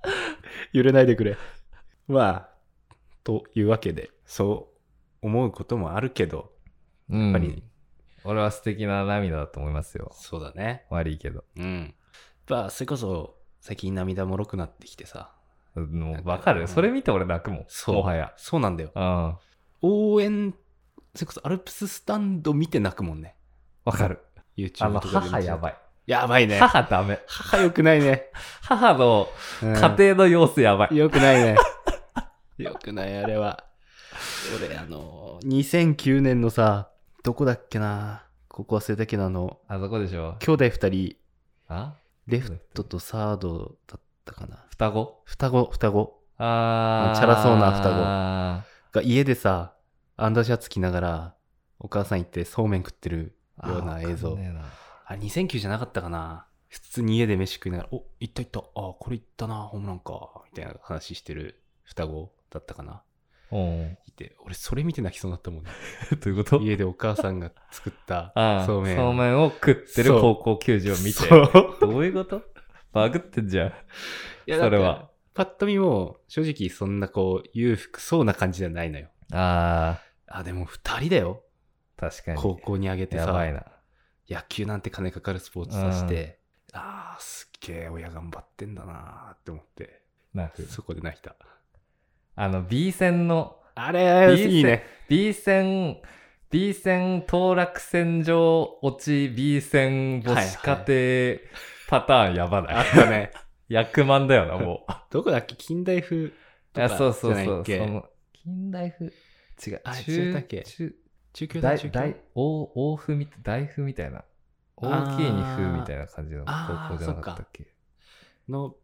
Speaker 1: [LAUGHS] 揺れないでくれ。まあ、というわけで、そう思うこともあるけど、
Speaker 2: や
Speaker 1: やっぱり、
Speaker 2: 俺は素敵な涙だと思いますよ。
Speaker 1: そうだね。
Speaker 2: 悪いけど。
Speaker 1: うん。まあ、それこそ、最近涙もろくなってきてさ。
Speaker 2: もうわかるそれ見て俺泣くもん。
Speaker 1: そう。
Speaker 2: もはや。。
Speaker 1: そうなんだよ。
Speaker 2: うん。わ
Speaker 1: 応援、それこそアルプススタンド見て泣くもんね。
Speaker 2: かる。
Speaker 1: YouTube
Speaker 2: あの、
Speaker 1: とかで見て
Speaker 2: 母やばい。
Speaker 1: やばいね。
Speaker 2: 母ダメ。
Speaker 1: 母よくないね。
Speaker 2: 母の
Speaker 1: うん
Speaker 2: 家庭の様子やばい。
Speaker 1: よくないね。よくない、あれは。俺、あの、2009年のさ、どこだっけな、ここ忘れたけど、あの、
Speaker 2: あそこでしょ。
Speaker 1: 兄弟2人、
Speaker 2: あ
Speaker 1: レフトとサードだったかな。
Speaker 2: 双子
Speaker 1: 双子、双子
Speaker 2: あー。
Speaker 1: チャラそうな双子
Speaker 2: あ
Speaker 1: が家でさ、アンダーシャツ着ながら、お母さん行ってそうめん食ってる
Speaker 2: ー。
Speaker 1: ような映
Speaker 2: わ
Speaker 1: 像
Speaker 2: かん。ねえな
Speaker 1: あ、2009じゃなかったかな。普通に家で飯食いながら、お、行った行った。あ、これ行ったな、ホームランか。みたいな話してる双子だったかな。
Speaker 2: うん。
Speaker 1: いて、俺それ見て泣きそうになったもんね。
Speaker 2: [LAUGHS] どういうこと
Speaker 1: 家でお母さんが作った
Speaker 2: [LAUGHS] ああ、
Speaker 1: そ
Speaker 2: そうう
Speaker 1: め
Speaker 2: め
Speaker 1: ん。
Speaker 2: ん。を食ってる
Speaker 1: そう
Speaker 2: 高校球児を見て。
Speaker 1: そう。
Speaker 2: どういうことバグってんじゃん。
Speaker 1: いや
Speaker 2: それは。
Speaker 1: だからパッと見も、正直そんなこう、裕福そうな感じじゃないのよ。
Speaker 2: あ
Speaker 1: あ、でも二人だよ。
Speaker 2: ー、確かに。
Speaker 1: 高校に上げて
Speaker 2: や
Speaker 1: さ。
Speaker 2: ばいな。
Speaker 1: 野球なんて金かかるスポーツさして、ああ、すっげえ親頑張ってんだなーって思って、
Speaker 2: なんか
Speaker 1: そこで泣いた。
Speaker 2: あの B 線の
Speaker 1: あれ、
Speaker 2: いい
Speaker 1: いいね。
Speaker 2: B 線 B 線当落線上落ち B 線母子家庭パターンやばない、
Speaker 1: あったね。 [LAUGHS]
Speaker 2: 役満だよなも
Speaker 1: どこだっけ近代風
Speaker 2: うい
Speaker 1: とか
Speaker 2: やそうそう
Speaker 1: じゃ
Speaker 2: そ
Speaker 1: ないうっけ
Speaker 2: その近代風違う
Speaker 1: あ
Speaker 2: 中
Speaker 1: 違ったっけ
Speaker 2: 中
Speaker 1: 中京大
Speaker 2: 大
Speaker 1: 中京
Speaker 2: 大大大風み大風みたいな大きいに風みたいな感じの
Speaker 1: あー
Speaker 2: 高校じゃなかったっけ
Speaker 1: の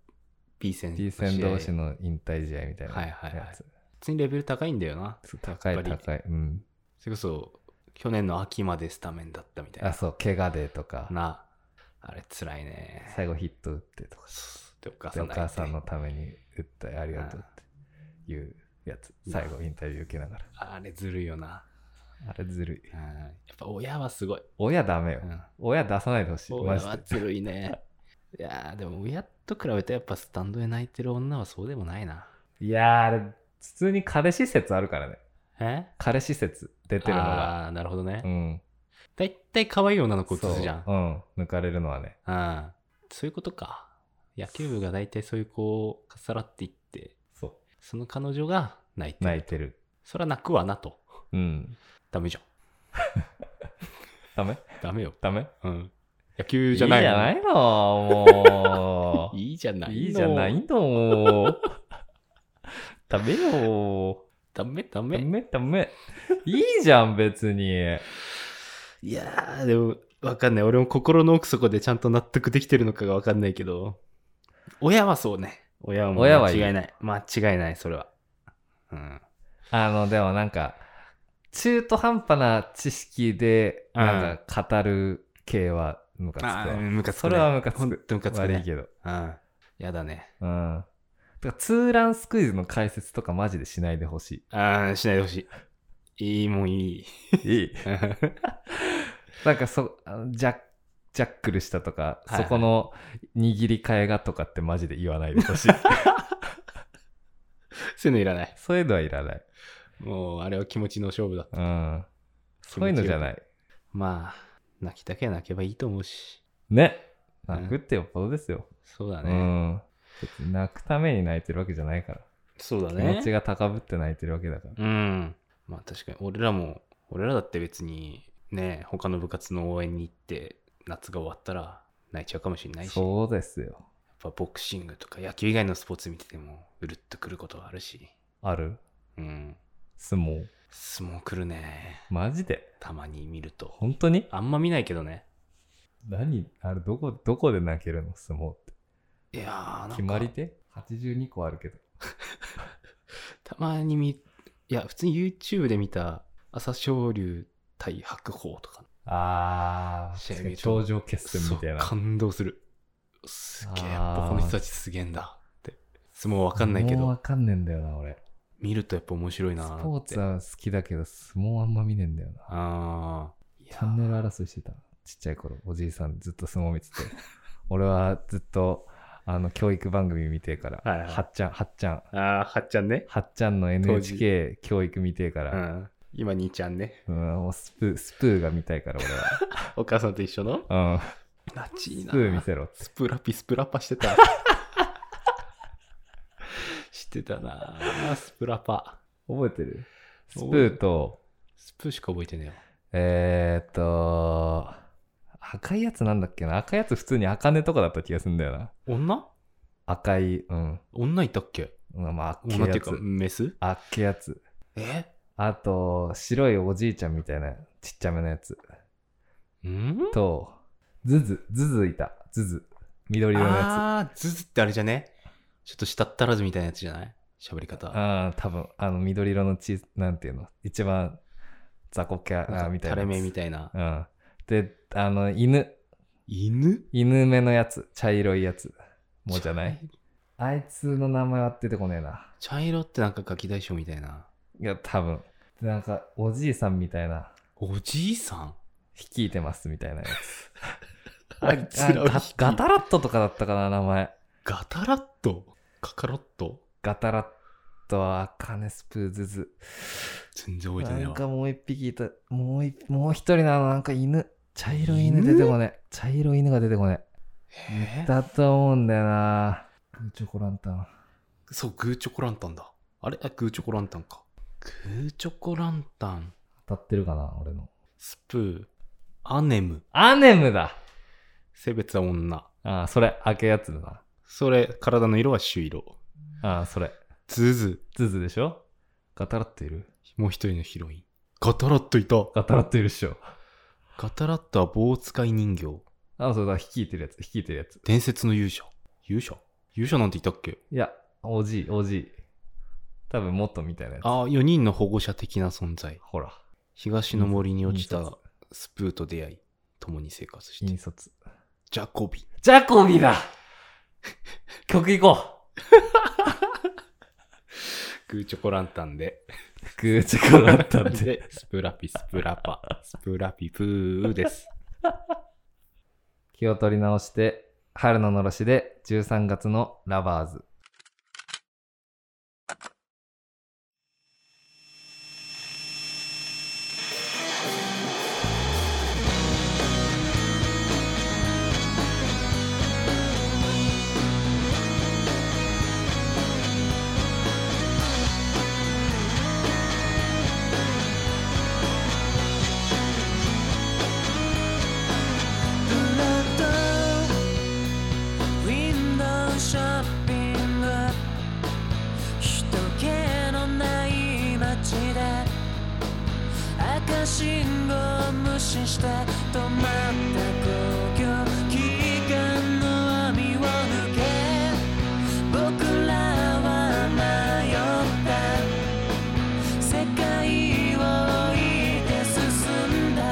Speaker 1: B 戦
Speaker 2: B 線同士
Speaker 1: の試合。
Speaker 2: の引退試合みたいな
Speaker 1: はい
Speaker 2: やつ、
Speaker 1: はいはい普通にレベル高いんだよな。
Speaker 2: 高
Speaker 1: や
Speaker 2: い
Speaker 1: っぱり
Speaker 2: 高いうん
Speaker 1: それこそ、去年の秋までスタメンだったみたい
Speaker 2: あ
Speaker 1: な。
Speaker 2: そう怪我でとか
Speaker 1: な。あれ、辛いね。
Speaker 2: 最後ヒット打ってとか
Speaker 1: で、お母さん
Speaker 2: でお
Speaker 1: 泣いて
Speaker 2: 母さんのために訴えありがとうっていうやつ
Speaker 1: うん
Speaker 2: 最後インタビュー受けながら
Speaker 1: あれ、ずるいよな。
Speaker 2: あれずるい
Speaker 1: うんやっぱ親はすごい。
Speaker 2: 親ダメよ
Speaker 1: うん
Speaker 2: 親出さないでほしいマ
Speaker 1: 親
Speaker 2: ジ
Speaker 1: は
Speaker 2: で
Speaker 1: ずるいね。 [LAUGHS] いやーでも親と比べてやっぱスタンドで泣いてる女はそうでもないな。
Speaker 2: いやーあれ普通に彼氏説あるからね
Speaker 1: え
Speaker 2: 彼氏説出てるのが
Speaker 1: ああー、なるほどね
Speaker 2: う。ん
Speaker 1: だいたい可愛い女の子映すじゃん。
Speaker 2: そううん抜かれるのはね
Speaker 1: うん。そういうことか。野球部がだいたいそういう子をかっさらっていって、
Speaker 2: そ
Speaker 1: その彼女が泣いて
Speaker 2: う
Speaker 1: る。
Speaker 2: 泣いてる
Speaker 1: そりゃ泣くわなと。
Speaker 2: うん
Speaker 1: ダメじゃん。
Speaker 2: ダメ
Speaker 1: ダメよ。
Speaker 2: ダメ
Speaker 1: うん。野球じゃない
Speaker 2: いじ
Speaker 1: の
Speaker 2: ゃないのもう。
Speaker 1: いいじゃないの
Speaker 2: いいじゃ [LAUGHS] ないの。ダメよ。
Speaker 1: ダメダ
Speaker 2: ダ
Speaker 1: メ。
Speaker 2: メダメ。いいじゃん、別に。
Speaker 1: いやー、でも、わかんない。俺も心の奥底でちゃんと納得できてるのかがわかんないけど、親はそうね。親はもう
Speaker 2: 親は
Speaker 1: 間
Speaker 2: いい
Speaker 1: 違いない。間違いない、それは。うん。
Speaker 2: あの、でもなんか、中途半端な知識で、
Speaker 1: うん
Speaker 2: なんか語る系はムカつくわ
Speaker 1: あームカつく、
Speaker 2: そ
Speaker 1: ね。
Speaker 2: れはムカつ
Speaker 1: ほん
Speaker 2: く。
Speaker 1: とムカつく、
Speaker 2: 悪い
Speaker 1: ね。
Speaker 2: けど。
Speaker 1: うん。やだね。
Speaker 2: うん。てか、ツーランスクイズの解説とかマジでしないでほし
Speaker 1: あー、しないでほしい。いいもんいい。
Speaker 2: い。いい。なんかそ、あのジャック、ジャックルしたとか、
Speaker 1: はいはい
Speaker 2: そこの握り替えがとかってマジで言わないで
Speaker 1: [LAUGHS]
Speaker 2: ほしい。
Speaker 1: [LAUGHS] そういうのいらない。
Speaker 2: そういうのはいらない。
Speaker 1: もう、あれは気持ちの勝負だ。
Speaker 2: うん。そういうのじゃない。
Speaker 1: まあ、泣きたけ泣けばいいと思うし。
Speaker 2: ね。
Speaker 1: うん
Speaker 2: 泣くってよっぽどですよ。
Speaker 1: そうだ
Speaker 2: う
Speaker 1: ね。
Speaker 2: ん。別に泣くために泣いてるわけじゃないから。
Speaker 1: そうだ
Speaker 2: 気
Speaker 1: ね。
Speaker 2: 持ちが高ぶって泣いてるわけだか
Speaker 1: う
Speaker 2: ら。
Speaker 1: ん。まあ確かに、俺らも、俺らだって別に、ね、他の部活の応援に行って、夏が終わったら泣いちゃうかもしれないし、やっ
Speaker 2: そうですよ。
Speaker 1: ぱボクシングとか野球以外のスポーツ見てても、うるっとくることはあるし、
Speaker 2: ある
Speaker 1: うん。
Speaker 2: 相撲。
Speaker 1: 相撲来るね。
Speaker 2: マジで
Speaker 1: たまに見ると。
Speaker 2: 本当に
Speaker 1: あんま見ないけどね。
Speaker 2: 何あれ、どこ、どこで泣けるの相撲って。
Speaker 1: いやー、なんか、
Speaker 2: 決まり手 ?82 個あるけど。
Speaker 1: たまに見、いや、普通に YouTube で見た、朝青龍対白鵬とか、
Speaker 2: あ
Speaker 1: 試合
Speaker 2: ー、
Speaker 1: 見ると
Speaker 2: 頂上決戦
Speaker 1: そ、
Speaker 2: みたいうな。
Speaker 1: 感動する。すげえ、やっぱ
Speaker 2: あー
Speaker 1: この人たちすげえんだって。相撲わかんないけ
Speaker 2: 相撲
Speaker 1: ど
Speaker 2: わ、かんねえんだよな、俺。
Speaker 1: 見るとやっぱ面白い
Speaker 2: ス
Speaker 1: なーって。
Speaker 2: ポーツは好きだけど、相撲あんま見ねえんだよな。
Speaker 1: あーい
Speaker 2: チ
Speaker 1: や
Speaker 2: ャンネル争いしてた。ちっちゃい頃、おじいさんずっと相撲見てて。 [LAUGHS] 俺はずっと、あの、教育番組見てえから、
Speaker 1: はいはい
Speaker 2: はっちゃん、はっちゃん、
Speaker 1: あー、はっちゃんね。
Speaker 2: はっちゃんの NHK 教育見てえか
Speaker 1: う
Speaker 2: ら、
Speaker 1: ん。今、兄ちゃんね。
Speaker 2: うん、もうスプー、スプーが見たいから、俺
Speaker 1: お母さんと一緒の [LAUGHS]
Speaker 2: は。うん、
Speaker 1: なちい
Speaker 2: ス
Speaker 1: な
Speaker 2: プー見せろっつって。
Speaker 1: スプラピ、スプラパして
Speaker 2: [LAUGHS]
Speaker 1: た。してたなースプラパ。
Speaker 2: 覚えてるスプ
Speaker 1: 覚えてる
Speaker 2: ーと、
Speaker 1: スプーしか覚えてねえよ。
Speaker 2: えー、っと、赤いやつなんだっけな赤いやつ普通に赤根とかだった気がするんだよな。
Speaker 1: 女
Speaker 2: 赤い、うん。
Speaker 1: 女いたっけ
Speaker 2: まあまあ、赤い
Speaker 1: 女ってい
Speaker 2: や
Speaker 1: う
Speaker 2: つ
Speaker 1: か、。メス
Speaker 2: 赤いやつ。
Speaker 1: え
Speaker 2: あと、白いおじいちゃんみたいな、ちっちゃめのやつ。
Speaker 1: ん
Speaker 2: と、ズズ、ズズいた。ズズ。緑色のや
Speaker 1: あー、ズズってあれじゃねちょっと舌ったらずみたいなやつじゃない喋り
Speaker 2: つ。
Speaker 1: 方。
Speaker 2: ああ、多分、あの、緑色のち、なんていうの。一番、雑魚キャラみたい
Speaker 1: 垂
Speaker 2: な
Speaker 1: れ
Speaker 2: や
Speaker 1: 目
Speaker 2: つ。
Speaker 1: みたいな。
Speaker 2: うん。で、あの、犬。
Speaker 1: 犬
Speaker 2: 犬目のやつ。茶色いやつ。もうじゃないあいつの名前は出てこねえな。
Speaker 1: 茶色ってなんかガキ大将みたいな。
Speaker 2: いや、多分。でなんか、おじいさんみたいな、
Speaker 1: おじいさん
Speaker 2: 率いてますみたいなやつ。
Speaker 1: あいつらを
Speaker 2: あガ
Speaker 1: 率い
Speaker 2: ガタラットとかだったかな、名前。
Speaker 1: ガタラットカカロット
Speaker 2: ガタラットはアカネスプーズズ。
Speaker 1: 全然覚えて
Speaker 2: な
Speaker 1: ない
Speaker 2: んか
Speaker 1: わ。
Speaker 2: もう一匹いた。もう一もう一人なの、なんか犬。茶色い犬出てこねえ。茶色い犬が出てこね
Speaker 1: へ
Speaker 2: え。
Speaker 1: ー
Speaker 2: だと思うんだよな。グーチョコランタン。
Speaker 1: そう、グーチョコランタンだ。あれあグーチョコランタンか。グーチョコランタン、
Speaker 2: 当たってるかな、俺の。
Speaker 1: スプー、アネム、
Speaker 2: アネムだ
Speaker 1: 性別は女。
Speaker 2: ああ、それ、開けやつだな。
Speaker 1: それ、体の色は朱色。
Speaker 2: ああ、それ。
Speaker 1: ズズ、
Speaker 2: ズズでしょガタラットいる
Speaker 1: もう一人のヒロイン。ガタラットいた。
Speaker 2: ガタラットいるっしょ。
Speaker 1: ガタラットは棒使い人形。
Speaker 2: ああ、そうだ、率いてるやつ、率いてるやつ。
Speaker 1: 伝説の勇者。勇者勇者なんていたっけ
Speaker 2: いや、おじい、おじい。多分、もっとみたいなやつ。
Speaker 1: ああ、4人の保護者的な存在。
Speaker 2: ほら。
Speaker 1: 東の森に落ち
Speaker 2: 印刷
Speaker 1: たスプーと出会い、共に生活して
Speaker 2: 引。率。
Speaker 1: ジャコビ。
Speaker 2: ジャコビだ曲いこう
Speaker 1: [LAUGHS] グーチョコランタンで。
Speaker 2: グーチョコランタンで。
Speaker 1: で、スプラピ、スプラパ、スプラピプーです。
Speaker 2: 気を取り直して、春ののろしで13月のラバーズ。
Speaker 3: 「した止まった故郷期間の網を抜け僕らは迷った世界を置いて進んだ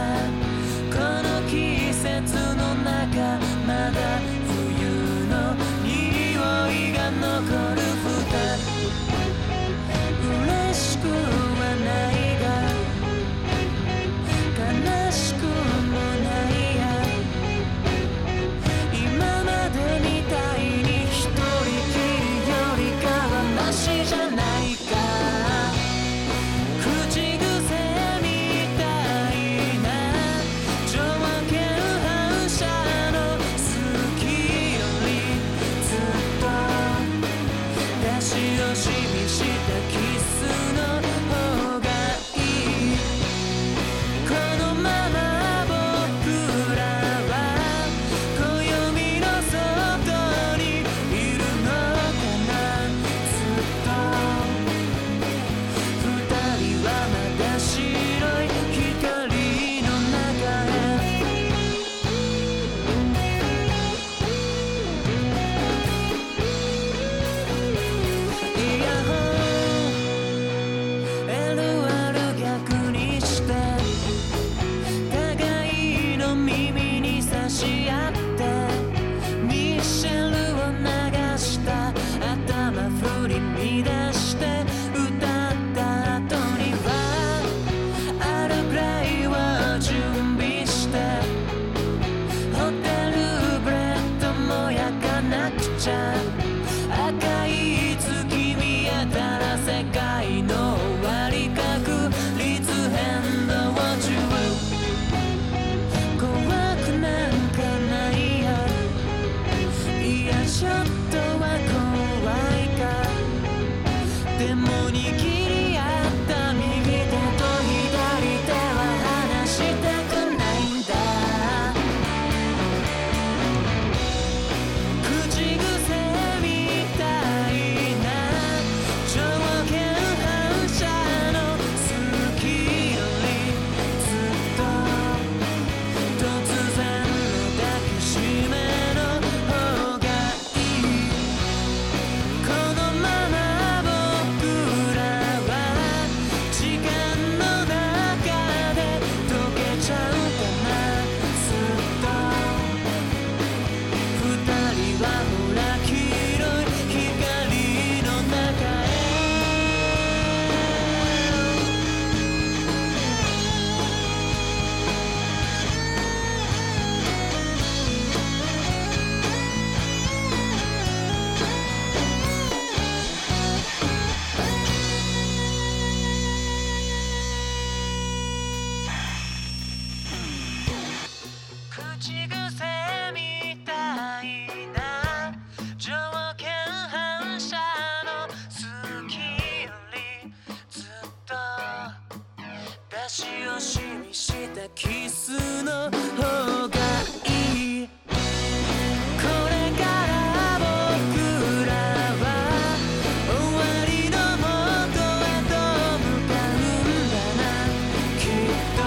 Speaker 3: この季節の中まだ冬の匂いが残る二人嬉しくはないが悲しくもないや今までみたいに一人きりよりかはマシじゃないか口癖みたいな条件反射の好きよりずっと出し惜しみしたキスの方がいいこのまま僕らは暦の外にいるのかなずっと「二人はまだ白い光の中へ」「イヤホン LR 逆にして」「互いの耳に差し合って」「ミシェルを流した」「頭振り乱して」「歌った後には」「あるくらいは準備して」「ホテルブレッドも焼かなくちゃ」「赤い月見やたら世界の終わり確率変動中」「怖くなんかないよ」「いやちょっとは怖いか」「でも握り合った右手と左手は離したくないんだ」「口癖みたいな条件反射の好きよりずっと」突然の抱きしめの方がいいこのまま僕らは時間の中で溶けちゃうかなずっと二人はほら黄色い光の中へ口癖みたいな条件反射の好きよりずっと出し惜しみしたキスの方がいいこれから僕らは終わりの元へと向かうんだなきっと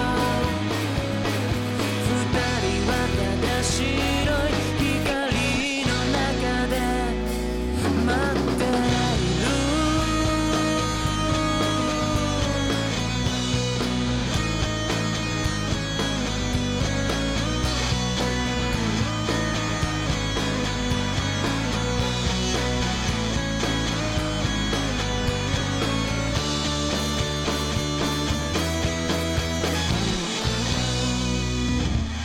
Speaker 3: 「二人はただ白い光の中で待っている」
Speaker 2: お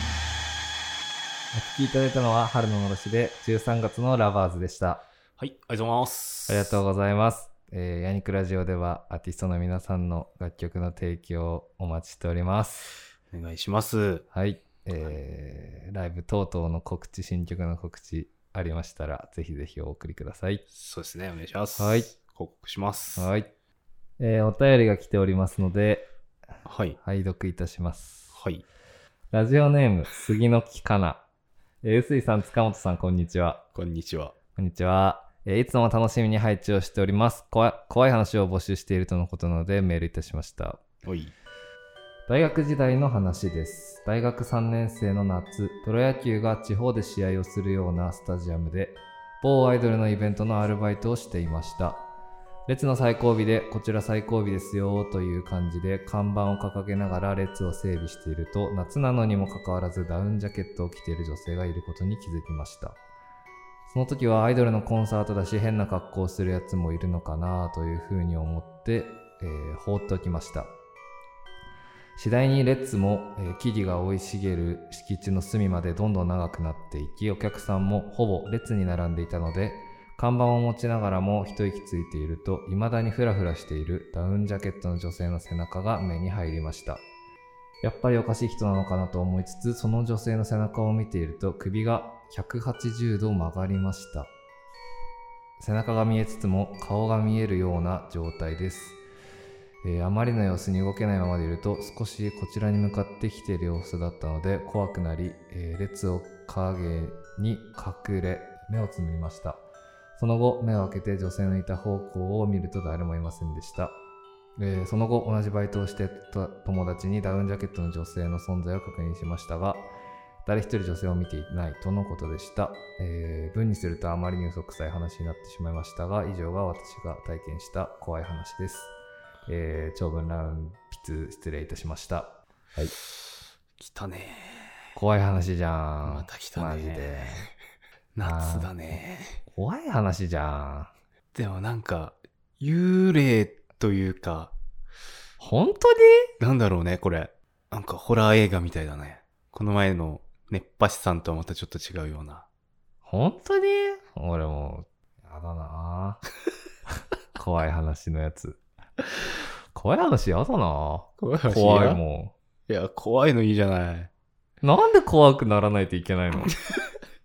Speaker 2: 聴きいただいたのは春ののろしで13月のラバーズでした。
Speaker 1: はい、ありがとうございます。
Speaker 2: ありがとう
Speaker 1: う。
Speaker 2: ございます。えー、ヤニクラジオではアーティストの皆さんの楽曲の提供をお待ちしております。
Speaker 1: お願いします。
Speaker 2: はい。えー、ライブ等々の告知、新曲の告知ありましたら、ぜひぜひお送りください。
Speaker 1: そうですね、お願いします。
Speaker 2: はい
Speaker 1: 広告します。い。
Speaker 2: はい。えー、お便りが来ておりますので、
Speaker 1: はい。
Speaker 2: 拝読いたします。
Speaker 1: はい。
Speaker 2: ラジオネーム、杉の木かな。えー、臼井さん、塚本さん、こんにちは。
Speaker 1: こんにちは。
Speaker 2: こんにちは。えーいつも楽しみに配置をしております。怖い怖い話を募集しているとのことなのでメールいたしました。
Speaker 1: おい。
Speaker 2: 大学時代の話です大学3年生の夏プロ野球が地方で試合をするようなスタジアムで某アイドルのイベントのアルバイトをしていました列の最後尾でこちら最後尾ですよという感じで看板を掲げながら列を整備していると夏なのにもかかわらずダウンジャケットを着ている女性がいることに気づきましたその時はアイドルのコンサートだし変な格好をするやつもいるのかなというふうに思って、えー放っておきました次第にレッツも、えー木々が生い茂る敷地の隅までどんどん長くなっていきお客さんもほぼ列に並んでいたので看板を持ちながらも一息ついていると未だにフラフラしているダウンジャケットの女性の背中が目に入りましたやっぱりおかしい人なのかなと思いつつその女性の背中を見ていると首が180度曲がりました背中が見えつつも顔が見えるような状態です、えーあまりの様子に動けないままでいると少しこちらに向かってきている様子だったので怖くなり、えー列を影に隠れ目をつむりましたその後目を開けて女性のいた方向を見ると誰もいませんでしたえーその後同じバイトをしてた友達にダウンジャケットの女性の存在を確認しましたが誰一人女性を見ていないとのことでした、えー文にするとあまりに嘘くさい話になってしまいましたが以上が私が体験した怖い話です、えー長文乱筆失礼いたしました
Speaker 1: 来たね
Speaker 2: 怖い話じゃん
Speaker 1: また来たね
Speaker 2: マジで
Speaker 1: 夏だね
Speaker 2: 怖い話じゃん
Speaker 1: でもなんか幽霊というか
Speaker 2: 本当に
Speaker 1: なんだろうねこれなんかホラー映画みたいだねこの前の熱波師さんとはまたちょっと違うような
Speaker 2: 本当に俺もう、やだな [LAUGHS] ぁ怖い話のやつ。怖い話やだな
Speaker 1: 怖い
Speaker 2: ぁ怖いも
Speaker 1: いや怖いのいいじゃない
Speaker 2: ん。なんで怖くならないといけないの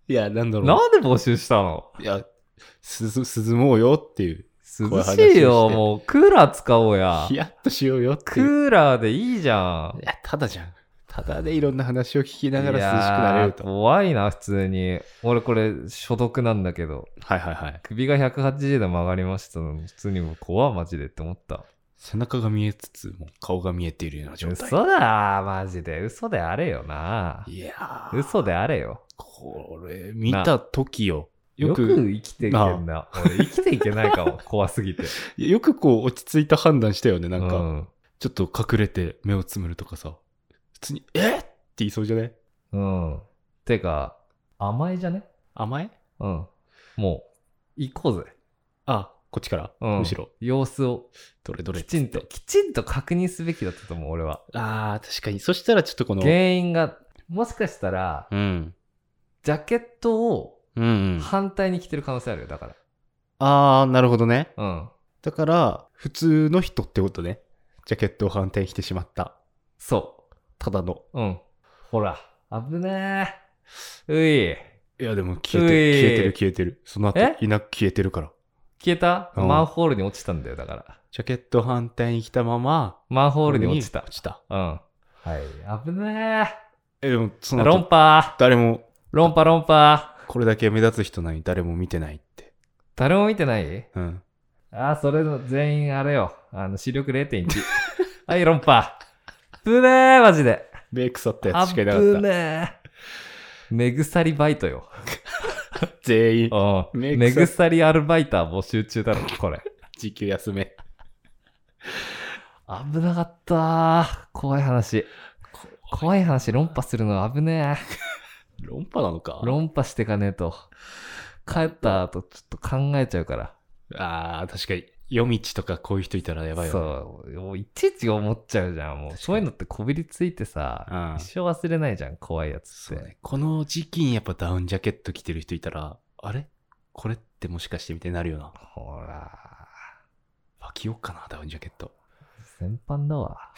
Speaker 1: いやなんだろう
Speaker 2: なんで募集したの
Speaker 1: いや涼涼もうよっていう怖い
Speaker 2: 涼
Speaker 1: 話を
Speaker 2: し
Speaker 1: して
Speaker 2: いよ、もう。クーラー使おうや
Speaker 1: ヒ。ヤッとしようよって
Speaker 2: ク
Speaker 1: いう
Speaker 2: ーラーでいいじゃん
Speaker 1: い。やただじゃんただでいろんな話を聞きながら涼しくなれると
Speaker 2: いやー怖いな、普通に。俺これ、所得なんだけど。
Speaker 1: はいはいはい
Speaker 2: 首が180度曲がりましたのに、普通にもう怖いマジでって思った。
Speaker 1: 背中が見えつつもう顔が見えているような状態
Speaker 2: 嘘だマジで嘘であれよない
Speaker 1: やー
Speaker 2: 嘘であれよ
Speaker 1: これ見た時よ
Speaker 2: よ
Speaker 1: よ
Speaker 2: く
Speaker 1: く
Speaker 2: 生きていけんな俺生きていけないか
Speaker 1: [LAUGHS]
Speaker 2: も怖すぎて
Speaker 1: いやよくこう落ち着いた判断したよねなんか、
Speaker 2: うん
Speaker 1: ちょっと隠れて目をつむるとかさ普通に「えっ!」って言いそうじゃない
Speaker 2: うんてか甘いじゃね
Speaker 1: 甘え
Speaker 2: うんもう行こうぜ、
Speaker 1: あこっちから、
Speaker 2: うん、
Speaker 1: むしろ
Speaker 2: 様子を
Speaker 1: どれどれ
Speaker 2: きちんときちんと確認すべきだったと思う俺は
Speaker 1: あー確かにそしたらちょっとこの
Speaker 2: 原因がもしかしたら
Speaker 1: うん
Speaker 2: ジャケットを
Speaker 1: うんうん
Speaker 2: 反対に着てる可能性あるよだか
Speaker 1: ああなるほどね
Speaker 2: らうん
Speaker 1: だから普通の人ってことねジャケットを反転してしまった
Speaker 2: そ
Speaker 1: ただの
Speaker 2: ううんほら危ねえうい
Speaker 1: いやでも消え
Speaker 2: うい
Speaker 1: てる消えてる消えてるその後
Speaker 2: え
Speaker 1: いなく消えてるから
Speaker 2: 消えた、
Speaker 1: うん
Speaker 2: マンホールに落ちたんだよ、だから。
Speaker 1: ジャケット反対に来たまま
Speaker 2: マンホールに落ちた。
Speaker 1: 落ちた
Speaker 2: うん。はい。危ね
Speaker 1: えでもそ
Speaker 2: え。
Speaker 1: の
Speaker 2: 論
Speaker 1: 後
Speaker 2: 破
Speaker 1: 誰も
Speaker 2: 論破論破
Speaker 1: これだけ目立つ人なのに誰も見てないって。
Speaker 2: 誰も見てない
Speaker 1: うん。
Speaker 2: あー、それの全員あれよ。あの、視力0.1。は
Speaker 1: [LAUGHS]
Speaker 2: い、論破。ぶねえ、マジで。
Speaker 1: 目腐ったや
Speaker 2: あ
Speaker 1: つしか
Speaker 2: ぶ
Speaker 1: いなかった。
Speaker 2: ねえ。目鎖バイトよ。
Speaker 1: 全員、
Speaker 2: うん。
Speaker 1: 目
Speaker 2: 目鎖アルバイター募集中だろ、これ。
Speaker 1: 時給休め。
Speaker 2: [LAUGHS] 危なかったー。怖い話。怖い話、論破するの危ねえ。
Speaker 1: 論破なのか
Speaker 2: 論破してかねえと。帰った後、ちょっと考えちゃうから。
Speaker 1: ああ、確かに。夜道とかこういう人いたらやばいよ。
Speaker 2: そう。もういちいち思っちゃうじゃん。もう、そういうのってこびりついてさ、
Speaker 1: うん
Speaker 2: 一生忘れないじゃん、怖いやつ
Speaker 1: そ
Speaker 2: っ
Speaker 1: う
Speaker 2: て。
Speaker 1: ね。この時期にやっぱダウンジャケット着てる人いたら、あれこれってもしかしてみたいになるよな。
Speaker 2: ほら、
Speaker 1: あ、着ようかな、ダウンジャケット。
Speaker 2: 先般だわ。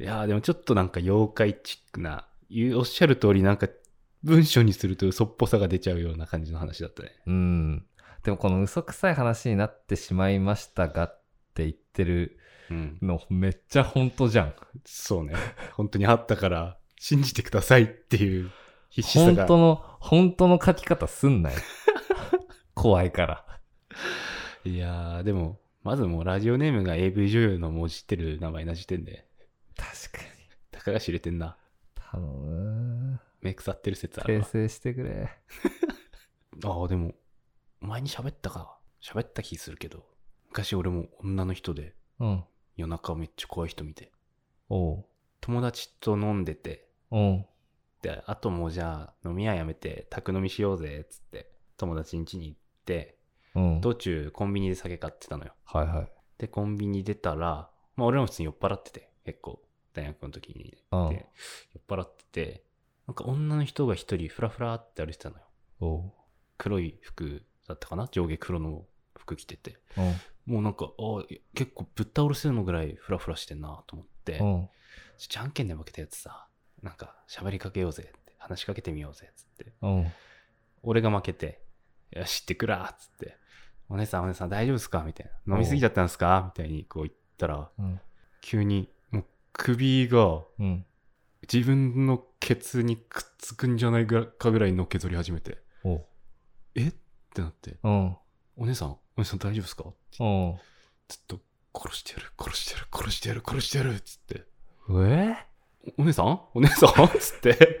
Speaker 1: いやーでもちょっとなんか妖怪チックな、言うおっしゃる通りなんか文章にすると嘘っぽさが出ちゃうような感じの話だったね。
Speaker 2: うん。でもこの嘘くさい話になってしまいましたがって言ってる
Speaker 1: うん。
Speaker 2: のめっちゃ本当じゃん。
Speaker 1: そう [LAUGHS] ね。本当にあったから、信じてくださいっていう必死さ
Speaker 2: 本
Speaker 1: が。
Speaker 2: 当の、本当の書き方すんなよ。 [LAUGHS] 怖いから。
Speaker 1: いやー、でも、まずもうラジオネームが AV 女優の文字ってる名前な時点で、
Speaker 2: 確かに。
Speaker 1: 高橋入れてんな。
Speaker 2: 頼む。
Speaker 1: 目腐ってる説ある
Speaker 2: 訂
Speaker 1: わ。
Speaker 2: 正してくれ。
Speaker 1: ああ、でも、前に喋ったか。喋った気するけど、昔俺も女の人で
Speaker 2: うん。
Speaker 1: 夜中めっちゃ怖い人見て、
Speaker 2: おう。
Speaker 1: 友達と飲んでて、
Speaker 2: おう。
Speaker 1: で、あともうじゃあ飲み屋やめて宅飲みしようぜ、っつって、友達ん家に行って、
Speaker 2: うん。
Speaker 1: 道中コンビニで酒買ってたのよ。
Speaker 2: はいはい。
Speaker 1: で、コンビニ出たら、まあ俺も普通に酔っ払ってて、結構、大学の時に、
Speaker 2: うん
Speaker 1: で、酔っ払ってて、なんか女の人が一人フラフラって歩いてたのよ。
Speaker 2: おう。
Speaker 1: 黒い服だったかな上下黒の服着てて。
Speaker 2: うん。
Speaker 1: もうなんか、あー結構ぶっ倒れそうのぐらいフラフラしてんなと思って、
Speaker 2: うん。
Speaker 1: じゃんけんで負けたやつさ、なんか喋りかけようぜって、話しかけてみようぜっつって、
Speaker 2: うん。
Speaker 1: 俺が負けて、いや、知ってくらーっつって、お姉さんお姉さん大丈夫っすかみたいな。飲みすぎちゃったんすかみたいにこう言ったら、
Speaker 2: うん。
Speaker 1: 急に、もう首が
Speaker 2: うん。
Speaker 1: 自分のケツにくっつくんじゃないかぐらいのけぞり始めて、
Speaker 2: おう。
Speaker 1: えってなって、
Speaker 2: うん。
Speaker 1: お姉さん、お姉さん大丈夫ですかって
Speaker 2: おう。
Speaker 1: ずっと、殺してやる、殺してやる、殺してやる、殺してやるっつって、
Speaker 2: え
Speaker 1: おお姉さんお姉さん [LAUGHS] っつって。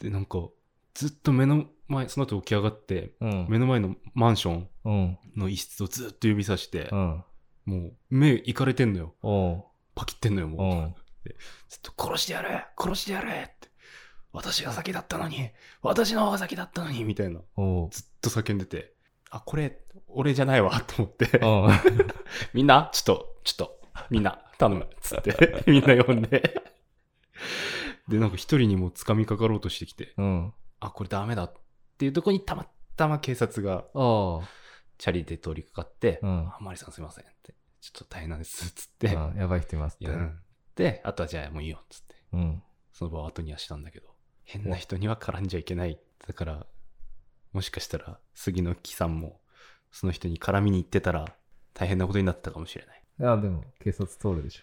Speaker 1: で、なんか、ずっと目の前、その後起き上がって、
Speaker 2: うん。
Speaker 1: 目の前のマンション
Speaker 2: うん。
Speaker 1: の一室をずっと指さして
Speaker 2: う、ん。
Speaker 1: もう目いかれてんのよ。
Speaker 2: おう。
Speaker 1: パキってんのよ、
Speaker 2: う
Speaker 1: もう。
Speaker 2: ん。
Speaker 1: ずっと殺してやる殺してやるって。私が先だったのに私の方が先だったのにみたいな。
Speaker 2: おう。
Speaker 1: ずっと叫んでて。あ、これ、俺じゃないわ、と思って。
Speaker 2: うん。
Speaker 1: みんな、ちょっと、ちょっと、みんな、頼む、つって、 [LAUGHS] みんな呼んで。で、なんか一人にもう掴みかかろうとしてきて、
Speaker 2: うん。 [LAUGHS]
Speaker 1: あ、これダメだっていうとこにたまたま警察が
Speaker 2: おう。
Speaker 1: チャリで通りかかって、
Speaker 2: うん
Speaker 1: あ、。マリさんすいませんって、ちょっと大変なんです、つって、
Speaker 2: うんやばい人いますって
Speaker 1: やるで、あとはじゃあもういいよ、つって、
Speaker 2: うん。
Speaker 1: その場を後にはしたんだけど、変な人には絡んじゃいけない。だから、もしかしたら杉の木さんも、その人に絡みに行ってたら、大変なことになってたかもしれない。
Speaker 2: いや、でも、警察通るで [LAUGHS] しょ。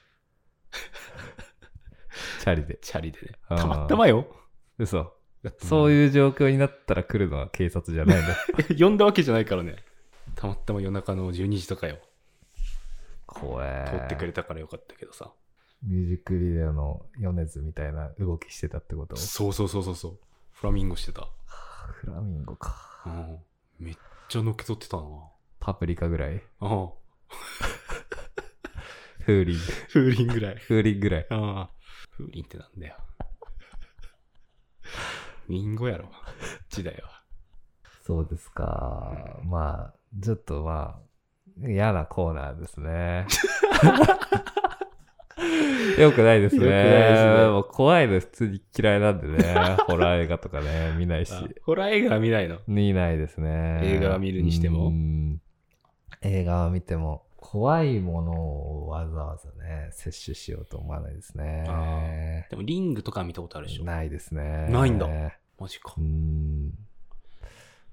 Speaker 2: チャリで。
Speaker 1: チャリでね。
Speaker 2: あー
Speaker 1: たまたまよ。
Speaker 2: 嘘。
Speaker 1: そ
Speaker 2: そうう
Speaker 1: いう、
Speaker 2: いう状況になったら来るのは警察じゃ [LAUGHS] ないんだ。
Speaker 1: 呼んだわ [LAUGHS] けじゃないからね。たまたま夜中の12時とかよ。
Speaker 2: 怖え。
Speaker 1: 通ってくれたからよかったけどさ。
Speaker 2: ミュージックビデオの米津みたいな動きしてたってこと
Speaker 1: そうそうそうそうそう。フラミンゴしてた。
Speaker 2: フラミンゴか。
Speaker 1: うん。めっちゃのけぞってたな。
Speaker 2: パプリカぐらい
Speaker 1: うん。
Speaker 2: 風鈴。
Speaker 1: [LAUGHS] 風鈴ぐらい。
Speaker 2: 風鈴ぐらい。
Speaker 1: ああ。風鈴ってなんだよ。リンゴやろ。時代 [LAUGHS] は。
Speaker 2: そうですか。まあ、ちょっとまあ、嫌なコーナーです [LAUGHS] ね。よくないです
Speaker 1: 良
Speaker 2: ね。
Speaker 1: くないですね
Speaker 2: もう怖いの普通に嫌いなんでね。ホラー映画とかね、見ないし。
Speaker 1: あホラー映画は見ないの。
Speaker 2: 見ないですね。
Speaker 1: 映画は見るにしても
Speaker 2: うん映画は見ても、怖いものをわざわざね、摂取しようと思わないですね。
Speaker 1: でもリングとか見たことあるでしょ。
Speaker 2: ないですね。
Speaker 1: ないんだマジか
Speaker 2: う。ん。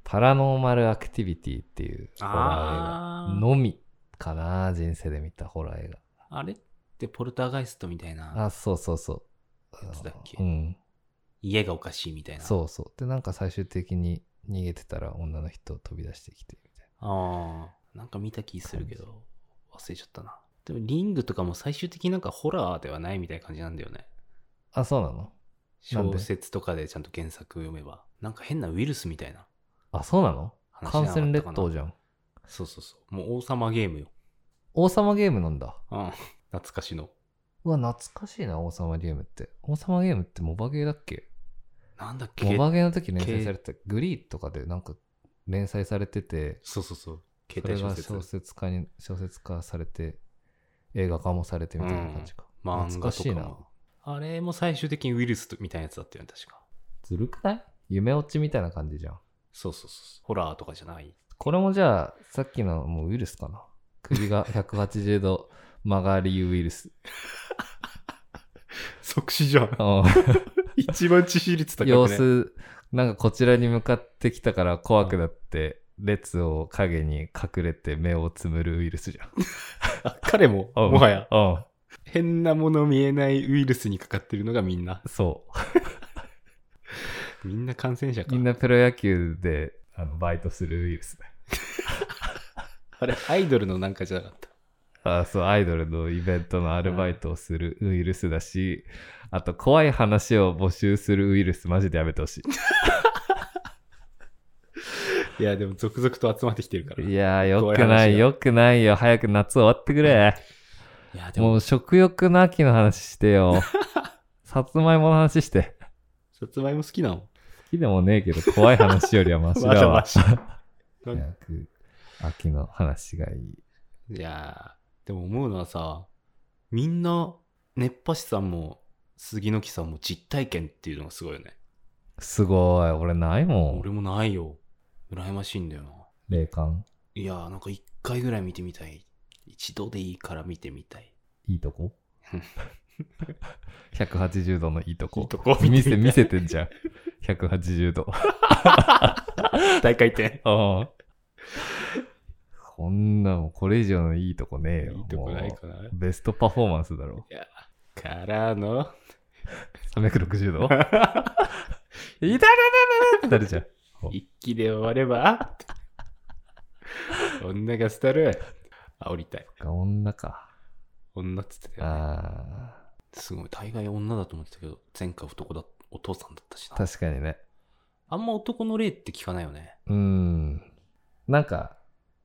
Speaker 2: パラノーマルアクティビティっていうホラー
Speaker 1: あ
Speaker 2: 映画
Speaker 1: あ。
Speaker 2: のみかな、人生で見たホラー映
Speaker 1: あれってポルターガイストみたい
Speaker 2: 画。
Speaker 1: な
Speaker 2: あ、そうそうそう。
Speaker 1: やつだっけ
Speaker 2: うん。
Speaker 1: 家がおかしいみたいな。う。
Speaker 2: そうそう。で、なんか最終的に逃げてたら女の人飛び出してきてみたい
Speaker 1: ああ。なんか見た気するけど、忘れちゃったな。でもリングとかも最終的になんかホラーではないみたいな感じなんだよね。
Speaker 2: な。あ、そうなのなん
Speaker 1: 小
Speaker 2: で
Speaker 1: 説とかでちゃんと原作読めば。なんか変なウイルスみたいな
Speaker 2: あ、そうなの
Speaker 1: 話じゃなか
Speaker 2: 感
Speaker 1: ったか
Speaker 2: 染
Speaker 1: な
Speaker 2: 列島じゃん。
Speaker 1: そうそうそう。もう王様ゲームよ。
Speaker 2: 王様ゲームなんだ。
Speaker 1: うん。懐かしの。
Speaker 2: うわ、懐かしいな、王様ゲームって。王様ゲームってモバゲーだっけ
Speaker 1: なんだっけ
Speaker 2: モバゲーの時連載されてた、グリーとかでなんか連載されてて、
Speaker 1: そうそうそう。
Speaker 2: そ
Speaker 1: 携
Speaker 2: れ
Speaker 1: 帯
Speaker 2: が
Speaker 1: 小説。
Speaker 2: 小説家に、小説化されて、映画化もされてみたいな感じか。
Speaker 1: 漫
Speaker 2: 懐
Speaker 1: 画
Speaker 2: か
Speaker 1: と
Speaker 2: しい
Speaker 1: か
Speaker 2: な。
Speaker 1: も。あれも最終的にウイルスみたいなやつだったよね、確か。
Speaker 2: ずるくない夢落ちみたいな感じじゃん。
Speaker 1: そうそうそう。ホラーとかじゃ
Speaker 2: [LAUGHS]
Speaker 1: ない。
Speaker 2: これもじゃあ、さっきのもうウイルスかな。首が180度曲がりウイルス。
Speaker 1: 即死じゃん。
Speaker 2: うん
Speaker 1: 一番致死率高くね。
Speaker 2: 様子、なんかこちらに向かってきたから怖くなって、列を影に隠れて目をつむるウイルスじ [LAUGHS] ゃん。
Speaker 1: あ彼も、
Speaker 2: うん
Speaker 1: もはや、
Speaker 2: うん。
Speaker 1: 変なもの見えないウイルスにかかってるのがみんな。
Speaker 2: そ
Speaker 1: みんな感染者
Speaker 2: う。
Speaker 1: か。
Speaker 2: みんなプロ野球であのバイトするウイルスだよ。
Speaker 1: あれ、アイドルのなんかじゃなかった。
Speaker 2: あそうアイドルのイベントのアルバイトをするウイルスだし、あと怖い話を募集するウイルスマジでやめてほし
Speaker 1: いや、でも続々と集まってきてるから。
Speaker 2: い。い
Speaker 1: い
Speaker 2: やーよ
Speaker 1: 怖い
Speaker 2: く
Speaker 1: 話
Speaker 2: な
Speaker 1: だ
Speaker 2: いよくないよ早く夏終わってくれ。
Speaker 1: や、で
Speaker 2: も
Speaker 1: も、
Speaker 2: う食欲の秋の話して [LAUGHS] よ。さつまいもの話して。
Speaker 1: さつまいも好きなの
Speaker 2: 好きでもねえけど怖い話よりはマシ
Speaker 1: [LAUGHS]
Speaker 2: だ
Speaker 1: まだ
Speaker 2: わ
Speaker 1: ま。し。
Speaker 2: 早く秋の話がいい。
Speaker 1: いやー、でも思うのはさ、みんな、熱波師さんも、杉の木さんも実体験っていうのがすごいよね。
Speaker 2: すごい。俺ないも
Speaker 1: 俺
Speaker 2: ん。
Speaker 1: もないよ。羨ましいんだよな。
Speaker 2: 霊感。
Speaker 1: いやー、なんか一回ぐらい見てみたい。一度でいいから見てみたい。
Speaker 2: いいと
Speaker 1: [LAUGHS]
Speaker 2: こ ?180 度のいいとこ。
Speaker 1: いいとこ
Speaker 2: 見
Speaker 1: 見
Speaker 2: せ
Speaker 1: てみたい
Speaker 2: 見せてんじゃん。180度。
Speaker 1: [LAUGHS] 大回転。
Speaker 2: [LAUGHS] うんこんなもうこれ以上のいいとこねえよ。
Speaker 1: いいとこないかな。
Speaker 2: もうベストパフォーマンス
Speaker 1: [LAUGHS]
Speaker 2: だろ。
Speaker 1: からの、
Speaker 2: 360度
Speaker 1: [LAUGHS]
Speaker 2: いただだだだってなるじゃん。
Speaker 1: 一気で終われば、女が廃る。煽りたい。
Speaker 2: が女か。
Speaker 1: 女っつってたよね
Speaker 2: あ
Speaker 1: すごい、大概女だと思ってたけど、前回男だ、お父さんだったし
Speaker 2: あ、
Speaker 1: な。
Speaker 2: 確かにね。
Speaker 1: あんま男の霊って聞かないよね。
Speaker 2: うーん。なんか、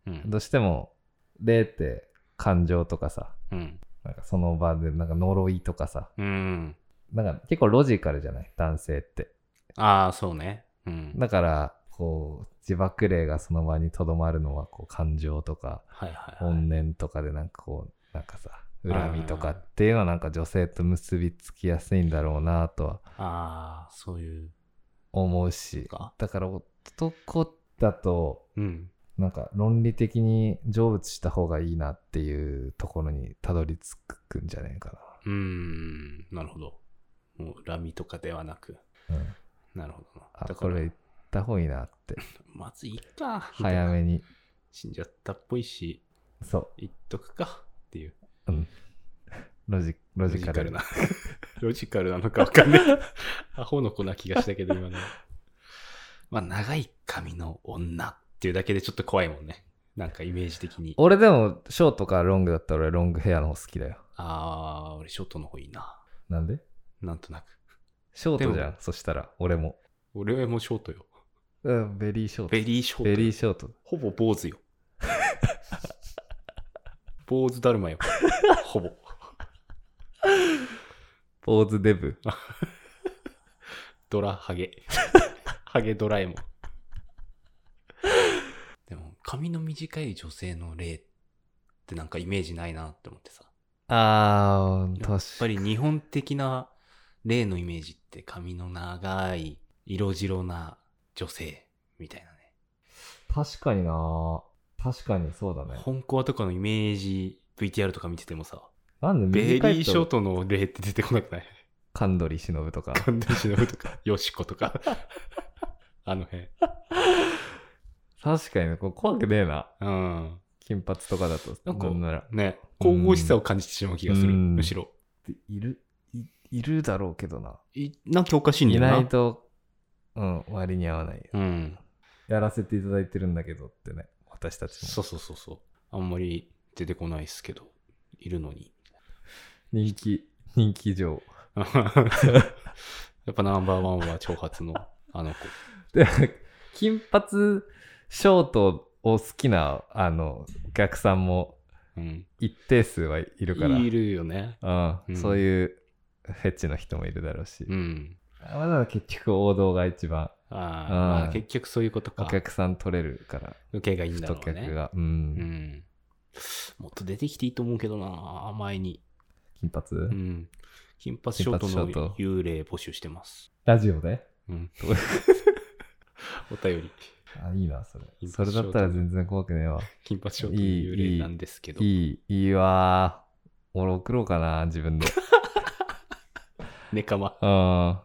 Speaker 1: うん。
Speaker 2: どうしても、霊って感情とかさ、
Speaker 1: うん。
Speaker 2: なんかその場で、なんか呪いとかさ、
Speaker 1: うん。
Speaker 2: なんか結構ロジカルじゃない男性って。
Speaker 1: ああ、そうね。うん。
Speaker 2: だから、こう、自爆霊がその場にとどまるのは、こう、感情とか、
Speaker 1: はいはい、はい。
Speaker 2: 怨念とかで、なんかこう、なんかさ、恨みとかっていうのは、なんか女性と結びつきやすいんだろうなとは
Speaker 1: ああ、そういう
Speaker 2: 思うし、
Speaker 1: か。
Speaker 2: だから男だと、
Speaker 1: うん。
Speaker 2: なんか論理的に成仏した方がいいなっていうところにたどり着くんじゃねえか
Speaker 1: うーん。なるほど。もう恨みとかではなく。
Speaker 2: な。うん、
Speaker 1: なるほどな。
Speaker 2: あ
Speaker 1: だか
Speaker 2: こ
Speaker 1: ら
Speaker 2: れ行った方がいいなって
Speaker 1: まずいいか。
Speaker 2: 早
Speaker 1: みたいな。
Speaker 2: めに
Speaker 1: 死んじゃったっぽいし、
Speaker 2: そ
Speaker 1: 言っとくか。っていう。
Speaker 2: う、うん、 [LAUGHS] ロジロ
Speaker 1: ロ
Speaker 2: ジ
Speaker 1: ジ
Speaker 2: カ
Speaker 1: カ
Speaker 2: ル
Speaker 1: ルな。 [LAUGHS] ロジカルなのかわかんない。アホの子な気がしたけど、今の。まあ、長い髪の女っていうだけでちょっと怖いもんね。なんかイメージ的に。
Speaker 2: 俺でもショートかロングだったら俺ロングヘアの方好きだよ
Speaker 1: あー、俺ショートの方いいな。
Speaker 2: なんで
Speaker 1: なんとなく。
Speaker 2: ショートじゃ
Speaker 1: で
Speaker 2: んそしたら俺も、
Speaker 1: 俺はもうショートよ。
Speaker 2: うん、ベリーショート
Speaker 1: ベリーショート
Speaker 2: ベ
Speaker 1: よ。
Speaker 2: リーショート
Speaker 1: ほぼ坊主よ。坊主だるまよ。ほぼ。
Speaker 2: ポーズデブ
Speaker 1: ドラハゲ。 [LAUGHS] ハゲドラえもん。でも、髪の短い女性の霊ってなんかイメージないなって思ってさ。
Speaker 2: あー
Speaker 1: やっぱ
Speaker 2: 確
Speaker 1: り日本的な霊のイメージって髪の長い色白な女性みたいなね。
Speaker 2: 確かにな確かにそうだね
Speaker 1: 本コアとかのイメージ VTR とか見ててもさ、
Speaker 2: なんで
Speaker 1: ベリ
Speaker 2: 短
Speaker 1: ー
Speaker 2: い
Speaker 1: ショー
Speaker 2: と
Speaker 1: トの霊って出てこなくない
Speaker 2: カンドリシノブとか
Speaker 1: 神田忍とか、よしことか。 [LAUGHS] あの辺。
Speaker 2: 確かにね、こう怖くねえな。
Speaker 1: うん。
Speaker 2: 金髪とかだと。
Speaker 1: なんか
Speaker 2: なんなら。
Speaker 1: ね、神々しさを感じてしまう気がする。
Speaker 2: うん
Speaker 1: むしろ。
Speaker 2: いる、いいるだろうけどな。
Speaker 1: いなんかおかしいんだ
Speaker 2: い
Speaker 1: よな。
Speaker 2: ないと、うん、割に合わない。
Speaker 1: うん。
Speaker 2: やらせていただいてるんだけどってね、私たち
Speaker 1: そうそうそうそう。あんまり出てこないっすけど、いるのに。 [LAUGHS]
Speaker 2: も。人気、人気上。
Speaker 1: やっぱナンバーワンは長髪の [LAUGHS] あの子。
Speaker 2: で、金髪ショートを好きな、あの、お客さんも
Speaker 1: うん。
Speaker 2: 一定数はいるから。
Speaker 1: いるよね。
Speaker 2: うん、
Speaker 1: うん
Speaker 2: そういうフェチの人もいるだろうし。
Speaker 1: うん。
Speaker 2: まあだから結局王道が一番
Speaker 1: あー
Speaker 2: あ
Speaker 1: まあ、
Speaker 2: ー
Speaker 1: 結局そういうこと
Speaker 2: お
Speaker 1: か。
Speaker 2: 客さん取れるから、
Speaker 1: 受けがいいんだ
Speaker 2: 太
Speaker 1: ろう
Speaker 2: 客
Speaker 1: ね。
Speaker 2: が。うん
Speaker 1: うん。もっと出てきていいと思うけどな、前に。
Speaker 2: 金髪、
Speaker 1: うん。金髪ショート
Speaker 2: 金髪ショー
Speaker 1: の
Speaker 2: ト
Speaker 1: 幽霊募集してます。
Speaker 2: ラジオで
Speaker 1: うん。 [LAUGHS] お便り。
Speaker 2: あ、いいな、それ
Speaker 1: 金。
Speaker 2: そ
Speaker 1: 髪
Speaker 2: れ
Speaker 1: ショ
Speaker 2: だ
Speaker 1: ート
Speaker 2: ったら全然怖くねえわ。
Speaker 1: 金髪ショートの幽霊なんですけど。
Speaker 2: いい、いいわー。俺送ろうかな、自分で。
Speaker 1: ネカマ。
Speaker 2: あ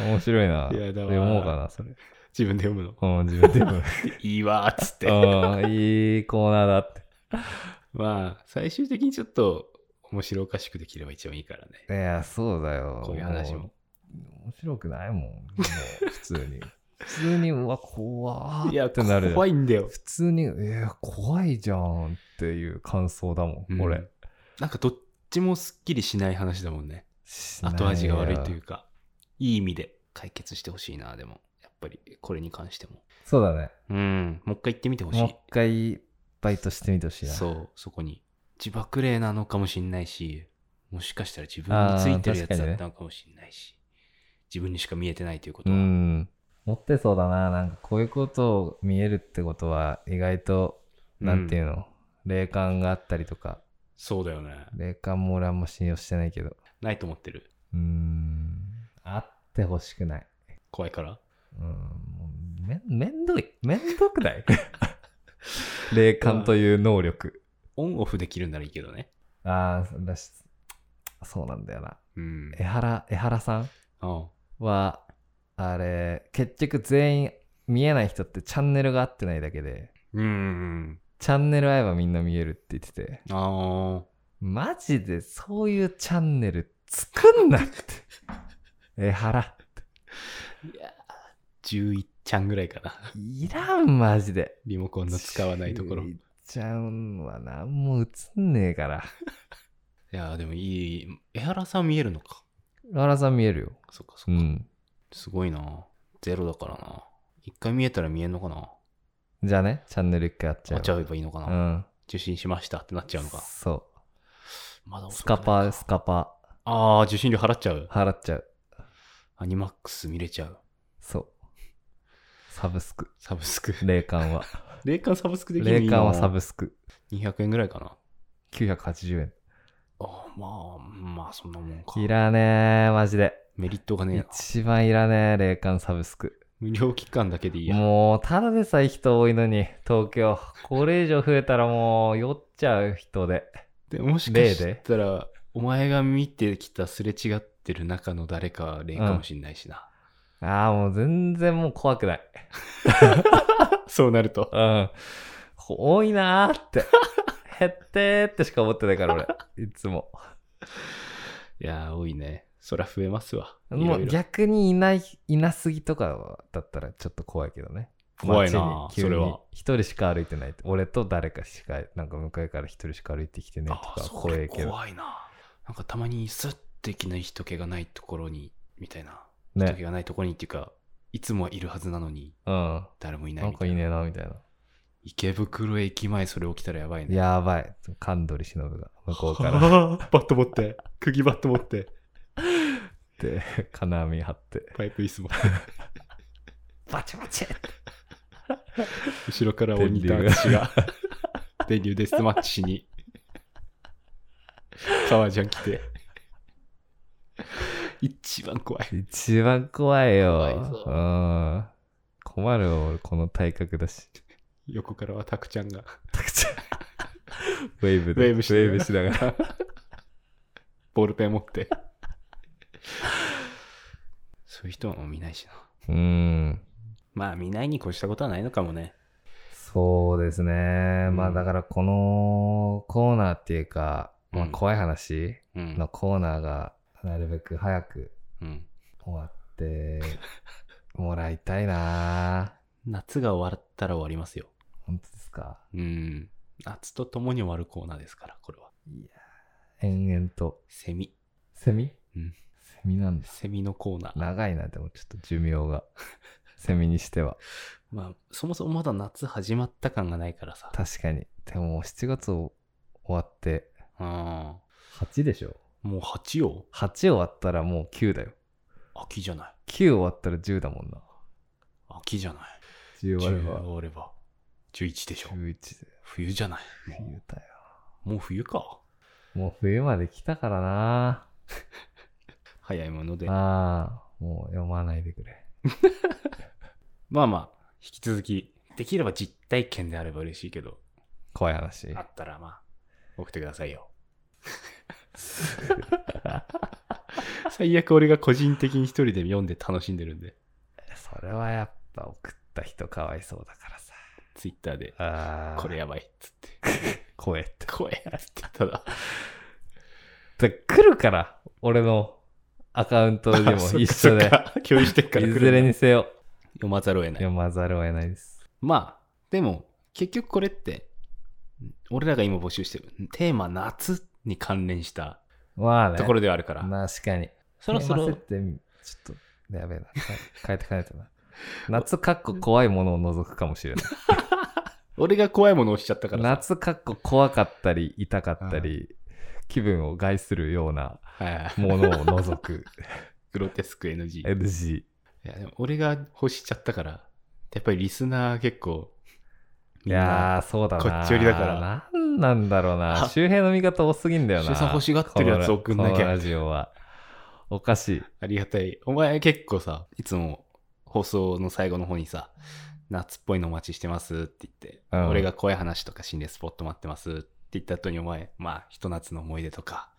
Speaker 2: あ、面白いな。
Speaker 1: いやだわー
Speaker 2: で思うかな、それ。
Speaker 1: 自分で読むの。
Speaker 2: うん、自
Speaker 1: [LAUGHS]
Speaker 2: 分でも。
Speaker 1: いいわーっつって。
Speaker 2: うん、いいコーナーだって。
Speaker 1: [LAUGHS] まあ、最終的にちょっと面白おかしくできれば一番いいからね。
Speaker 2: いや、そうだよ。
Speaker 1: こういう話も [LAUGHS]
Speaker 2: う面白くないもん。もう、普通に。普通に、うわ、怖
Speaker 1: い
Speaker 2: ー
Speaker 1: や、
Speaker 2: ってなる。
Speaker 1: 怖いんだよ。
Speaker 2: 普通に、えー、怖いじゃんっていう感想だもん、
Speaker 1: うん
Speaker 2: 俺。
Speaker 1: なんかどっちもすっきりしない話だもんね。
Speaker 2: しない
Speaker 1: 後味が悪いというか、いい意味で解決してほしいな、でも。やっぱり、これに関しても。
Speaker 2: そうだね。
Speaker 1: うん。もう一回行ってみてほし
Speaker 2: もう一
Speaker 1: い。
Speaker 2: 回、バイトしてみてほしいな。
Speaker 1: そう、そこに。自爆霊なのかもしんないし、もしかしたら自分についてるやつだったのかもしんないし、自分にしか見えてないということ
Speaker 2: う
Speaker 1: は。
Speaker 2: ん。持ってそうだな。なんかこういうことを見えるってことは意外と、なんていうの、霊感があったりとか、
Speaker 1: そうだよね。
Speaker 2: 霊感も俺あんま信用してないけど。
Speaker 1: ないと思ってる。
Speaker 2: うーん。あってほしくない。
Speaker 1: 怖いから。
Speaker 2: うん。もうめめんどい。めんどく
Speaker 1: [LAUGHS]
Speaker 2: ない霊感という能力。
Speaker 1: オンオフできるならいいけどね。
Speaker 2: ああ、だし、そうなんだよな。
Speaker 1: うん。
Speaker 2: 江原、江原さん
Speaker 1: うん
Speaker 2: は、あれ、結局全員見えない人ってチャンネルが合ってないだけで、
Speaker 1: うん。
Speaker 2: チャンネル合えばみんな見えるって言ってて、
Speaker 1: ああ。
Speaker 2: マジでそういうチャンネル作んなって。 [LAUGHS] え、腹。
Speaker 1: いやー、11ちゃんぐらいかな。 [LAUGHS]
Speaker 2: いらん、マジで。
Speaker 1: リモコンの使わないところ。
Speaker 2: ゆ
Speaker 1: い
Speaker 2: いちゃんは何も映んねえから。
Speaker 1: やー、でもいい。江原さん見えるのか。
Speaker 2: ララさん見えるよ。
Speaker 1: そっかそっか。
Speaker 2: うん。
Speaker 1: すごいな。ゼロだからな。一回見えたら見えんのかな。
Speaker 2: じゃあね、チャンネル一回やっち
Speaker 1: や
Speaker 2: ゃ
Speaker 1: っ
Speaker 2: う。
Speaker 1: ちゃえばいいのかな。
Speaker 2: うん。
Speaker 1: 受信しましたってなっちゃうのか。
Speaker 2: そ
Speaker 1: まだ
Speaker 2: う。
Speaker 1: 遅
Speaker 2: ス
Speaker 1: くな
Speaker 2: カ
Speaker 1: い
Speaker 2: パー、スカパ
Speaker 1: ああ、受信料払っちゃう
Speaker 2: ー。。払っちゃう。
Speaker 1: アニマックス見れちゃう。
Speaker 2: そう。サブスク。
Speaker 1: サブス
Speaker 2: [LAUGHS]
Speaker 1: ク。
Speaker 2: 霊感は。
Speaker 1: 霊感サブスクできる
Speaker 2: 霊感はサブスク。
Speaker 1: 200円ぐらいかな。
Speaker 2: 980円。
Speaker 1: ああ、まあ、まあ、そんなもんか。
Speaker 2: いらねえ、マジで。
Speaker 1: メリットがねえな。
Speaker 2: 一番いらねえ霊感サブスク
Speaker 1: 無料期間だけでいいや。
Speaker 2: もうただでさえ人多いのに東京これ以上増えたらもう酔っちゃう人で
Speaker 1: でもしかしたら、お前が見てきたすれ違ってる中の誰かは霊かもしんないしな。
Speaker 2: ああもう全然もう怖くない [LAUGHS]
Speaker 1: そうなると。
Speaker 2: うん多いなーって
Speaker 1: [LAUGHS]
Speaker 2: 減ってーってしか思ってないから俺いつも
Speaker 1: いやー、多いね。そりゃ増えますわ。い
Speaker 2: も
Speaker 1: ろ
Speaker 2: う
Speaker 1: いろ
Speaker 2: 逆にいないいなすぎとかだったらちょっと怖いけどね
Speaker 1: 怖いな
Speaker 2: 街に急に
Speaker 1: それは
Speaker 2: 一人しか歩いてないって俺と誰かしかなんか向かいから一人しか歩いてきてね
Speaker 1: あ
Speaker 2: と
Speaker 1: ー
Speaker 2: か
Speaker 1: そ
Speaker 2: 怖
Speaker 1: れ
Speaker 2: いけど
Speaker 1: 怖いな。なんかたまにスッてきな人気がないところに、みたいな。人気
Speaker 2: ね
Speaker 1: がないところにっていうか、いつもはいるはずなのに、
Speaker 2: うん
Speaker 1: 誰もいない
Speaker 2: な
Speaker 1: み
Speaker 2: ん
Speaker 1: た
Speaker 2: か
Speaker 1: い
Speaker 2: い
Speaker 1: な。
Speaker 2: いねえなみたいな
Speaker 1: 池袋駅前それ起きたらやばいね。
Speaker 2: やばい。神取忍が向こうからっ
Speaker 1: ら。 [LAUGHS] バット持って、釘バット持って、
Speaker 2: て、金網張って、
Speaker 1: パイプ椅子持って、
Speaker 2: バチバチ
Speaker 1: 後ろから鬼と私が、電流デスマッチしに、沢ちゃん来て。一番怖い。
Speaker 2: 一番怖いよ。
Speaker 1: 怖いぞ
Speaker 2: うん。困るよ、俺、この体格だ
Speaker 1: [LAUGHS]
Speaker 2: し。
Speaker 1: 横からはタクちゃんが、
Speaker 2: たくちゃん。ウェーブで。
Speaker 1: ウェーブしながら
Speaker 2: ながら。
Speaker 1: ボールペン持って。そういう人はもう見ないしな。
Speaker 2: うん。
Speaker 1: まあ見ないに越したことはないのかもね。
Speaker 2: そうですね。ま
Speaker 1: う
Speaker 2: あ、
Speaker 1: ん
Speaker 2: だから、このコーナーっていうか、まあ、
Speaker 1: うん
Speaker 2: 怖い話
Speaker 1: うん。
Speaker 2: のコーナーが、なるべく早く
Speaker 1: うん
Speaker 2: 終わ
Speaker 1: [LAUGHS]
Speaker 2: ってもらいたいな。
Speaker 1: 夏が終わったら終わりますよ。
Speaker 2: 本当ですか。
Speaker 1: うん。夏と共に終わるコーナーですから、これは。
Speaker 2: いやー延々と。
Speaker 1: セミ。
Speaker 2: セミ
Speaker 1: うん
Speaker 2: セミなんです。
Speaker 1: セミのコーナー。
Speaker 2: 長いな、でもちょっと寿命
Speaker 1: [LAUGHS]
Speaker 2: が。セミにしては。
Speaker 1: まあ、そもそもまだ夏始まった感がないからさ。
Speaker 2: 確かに。でも7月を終わって、
Speaker 1: うん。も
Speaker 2: 8でしょ
Speaker 1: う8よ。
Speaker 2: ?8 終わったらもう9だよ。
Speaker 1: 秋じゃない。
Speaker 2: 9終わったら10だもんな。
Speaker 1: 秋じゃない。
Speaker 2: 10
Speaker 1: 10
Speaker 2: 割
Speaker 1: 終
Speaker 2: は
Speaker 1: われば。11でしょ。
Speaker 2: 11で。
Speaker 1: 冬じゃない。も
Speaker 2: 冬だよ。
Speaker 1: うもう冬か。
Speaker 2: もう冬まで来たからな。
Speaker 1: 早いもので。
Speaker 2: ああ、もう読まないでくれ。
Speaker 1: まあまあ、引き続き、できれば実体験であれば嬉しいけど、
Speaker 2: 怖い話
Speaker 1: あ。ったらまあ、送ってくださいよ。 [LAUGHS] 最悪俺が個人的に一人で読んで楽しんでるんで、
Speaker 2: それはやっぱ送った人かわいそうだからさ。
Speaker 1: ツイッターで、
Speaker 2: ああ、
Speaker 1: これやばいっつって、
Speaker 2: 怖えっ
Speaker 1: [LAUGHS]
Speaker 2: て。
Speaker 1: 怖えっつって、ただ、
Speaker 2: で来るから、俺のアカウントにも一緒で
Speaker 1: [LAUGHS] そっ。か共有してっから
Speaker 2: い
Speaker 1: 来るん
Speaker 2: ず
Speaker 1: だ
Speaker 2: れにせよ。
Speaker 1: 読まざるを得ない。
Speaker 2: 読まざるを得ないです。
Speaker 1: まあ、でも、結局これって、俺らが今募集してる、テーマ夏に関連した
Speaker 2: まあね。
Speaker 1: ところではあるから、
Speaker 2: 確かに。
Speaker 1: そろそ
Speaker 2: テーマ
Speaker 1: ろ
Speaker 2: 設、定ちょっと、やべえな。変えてかない
Speaker 1: [LAUGHS]
Speaker 2: とな。夏かっこ怖いものを除くかもしれない。
Speaker 1: 俺が怖いものをしちゃったからさ。
Speaker 2: 夏かっこ怖かったり、痛かったり、気分を害するような
Speaker 1: [LAUGHS] はい
Speaker 2: ものを
Speaker 1: [LAUGHS]
Speaker 2: 除く
Speaker 1: グロテスク NG。い
Speaker 2: NG。
Speaker 1: やでも俺が欲しちゃったから、やっぱりリスナー結構、
Speaker 2: い
Speaker 1: みんな
Speaker 2: やー、そうだな。
Speaker 1: こっち寄りだから。
Speaker 2: なんなんだろうな。
Speaker 1: あ
Speaker 2: 周平の味方多すぎんだよな。
Speaker 1: 周平さん欲しがってるやつ送んなきゃ
Speaker 2: このラジオは。おかしい。
Speaker 1: ありがたい。お前結構さ、いつも放送の最後の方にさ、夏っぽいのお待ちしてますって言って、
Speaker 2: うん
Speaker 1: 俺が怖い話とか心霊スポット待ってますって言った後にお前、まあ、ひと夏の思い出とか、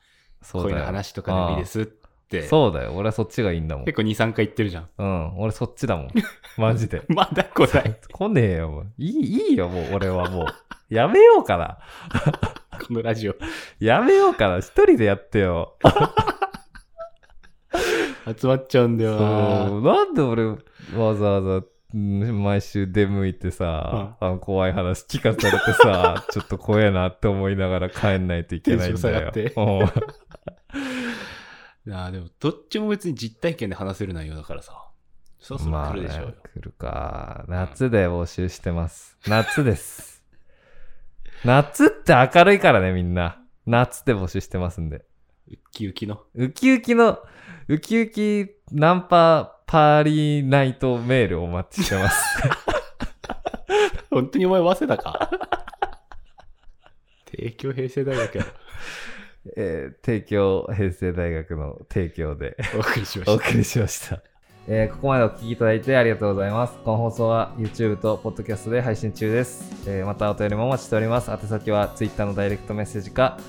Speaker 2: そうだよ。
Speaker 1: 恋の話とかでもいいですっ
Speaker 2: あ
Speaker 1: て
Speaker 2: あ。、そうだよ。俺はそっちがいいんだもん。
Speaker 1: 結構2、3回言ってるじゃん。。
Speaker 2: うん。俺そっちだもん。マジで [LAUGHS]
Speaker 1: まだ来ない。
Speaker 2: 来ねえよ、もう。いい、いいよ、もう俺はもう。やめようかな。
Speaker 1: このラジオ。
Speaker 2: やめようかな。一人でやってよ。
Speaker 1: 集まっちゃうんだ
Speaker 2: そ
Speaker 1: よな。
Speaker 2: う。なんで俺、わざわざ、うん毎週出向いてさ、あの怖い話聞かされて
Speaker 1: [LAUGHS]
Speaker 2: さ、ちょっと怖えなって思いながら帰んないといけないんだよ。
Speaker 1: テンシ
Speaker 2: うん
Speaker 1: いやでも、どっちも別に実体験で話せる内容だからさ。そろそろ
Speaker 2: まあ
Speaker 1: 来る
Speaker 2: ね
Speaker 1: でしょうよ。
Speaker 2: 来るか。夏で募集してます。夏です。夏って明るいからね、みんな。夏で募集してますんで。
Speaker 1: ウッキウキの。 [LAUGHS]
Speaker 2: ウキウキの、ウキウキナンパパーリーナイトメールお待ちしてます。
Speaker 1: 本当にお前、早稲田か [LAUGHS] 帝京平成大学や
Speaker 2: えー帝京平成大学の提供で。
Speaker 1: お送りしま
Speaker 2: お
Speaker 1: し
Speaker 2: 送りしました。えーここまでお聞きいただいてありがとうございます。この放送は YouTube と Podcast で配信中です。えーまたお便りもお待ちしております。宛先は Twitter のダイレクトメッセージか、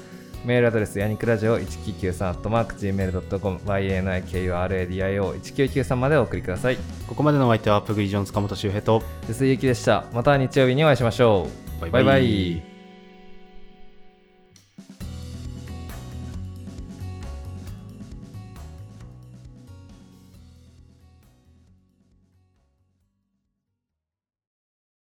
Speaker 2: メールアドレス、ヤニクラジオ 1993-gmail.com、yanikuradio1993 までお送りください。
Speaker 1: た。ここまでのお相手は、プグイ・ジョン塚本周平と、
Speaker 2: 筒井ゆきでした。また日曜日にお会いしましょう。バイバイ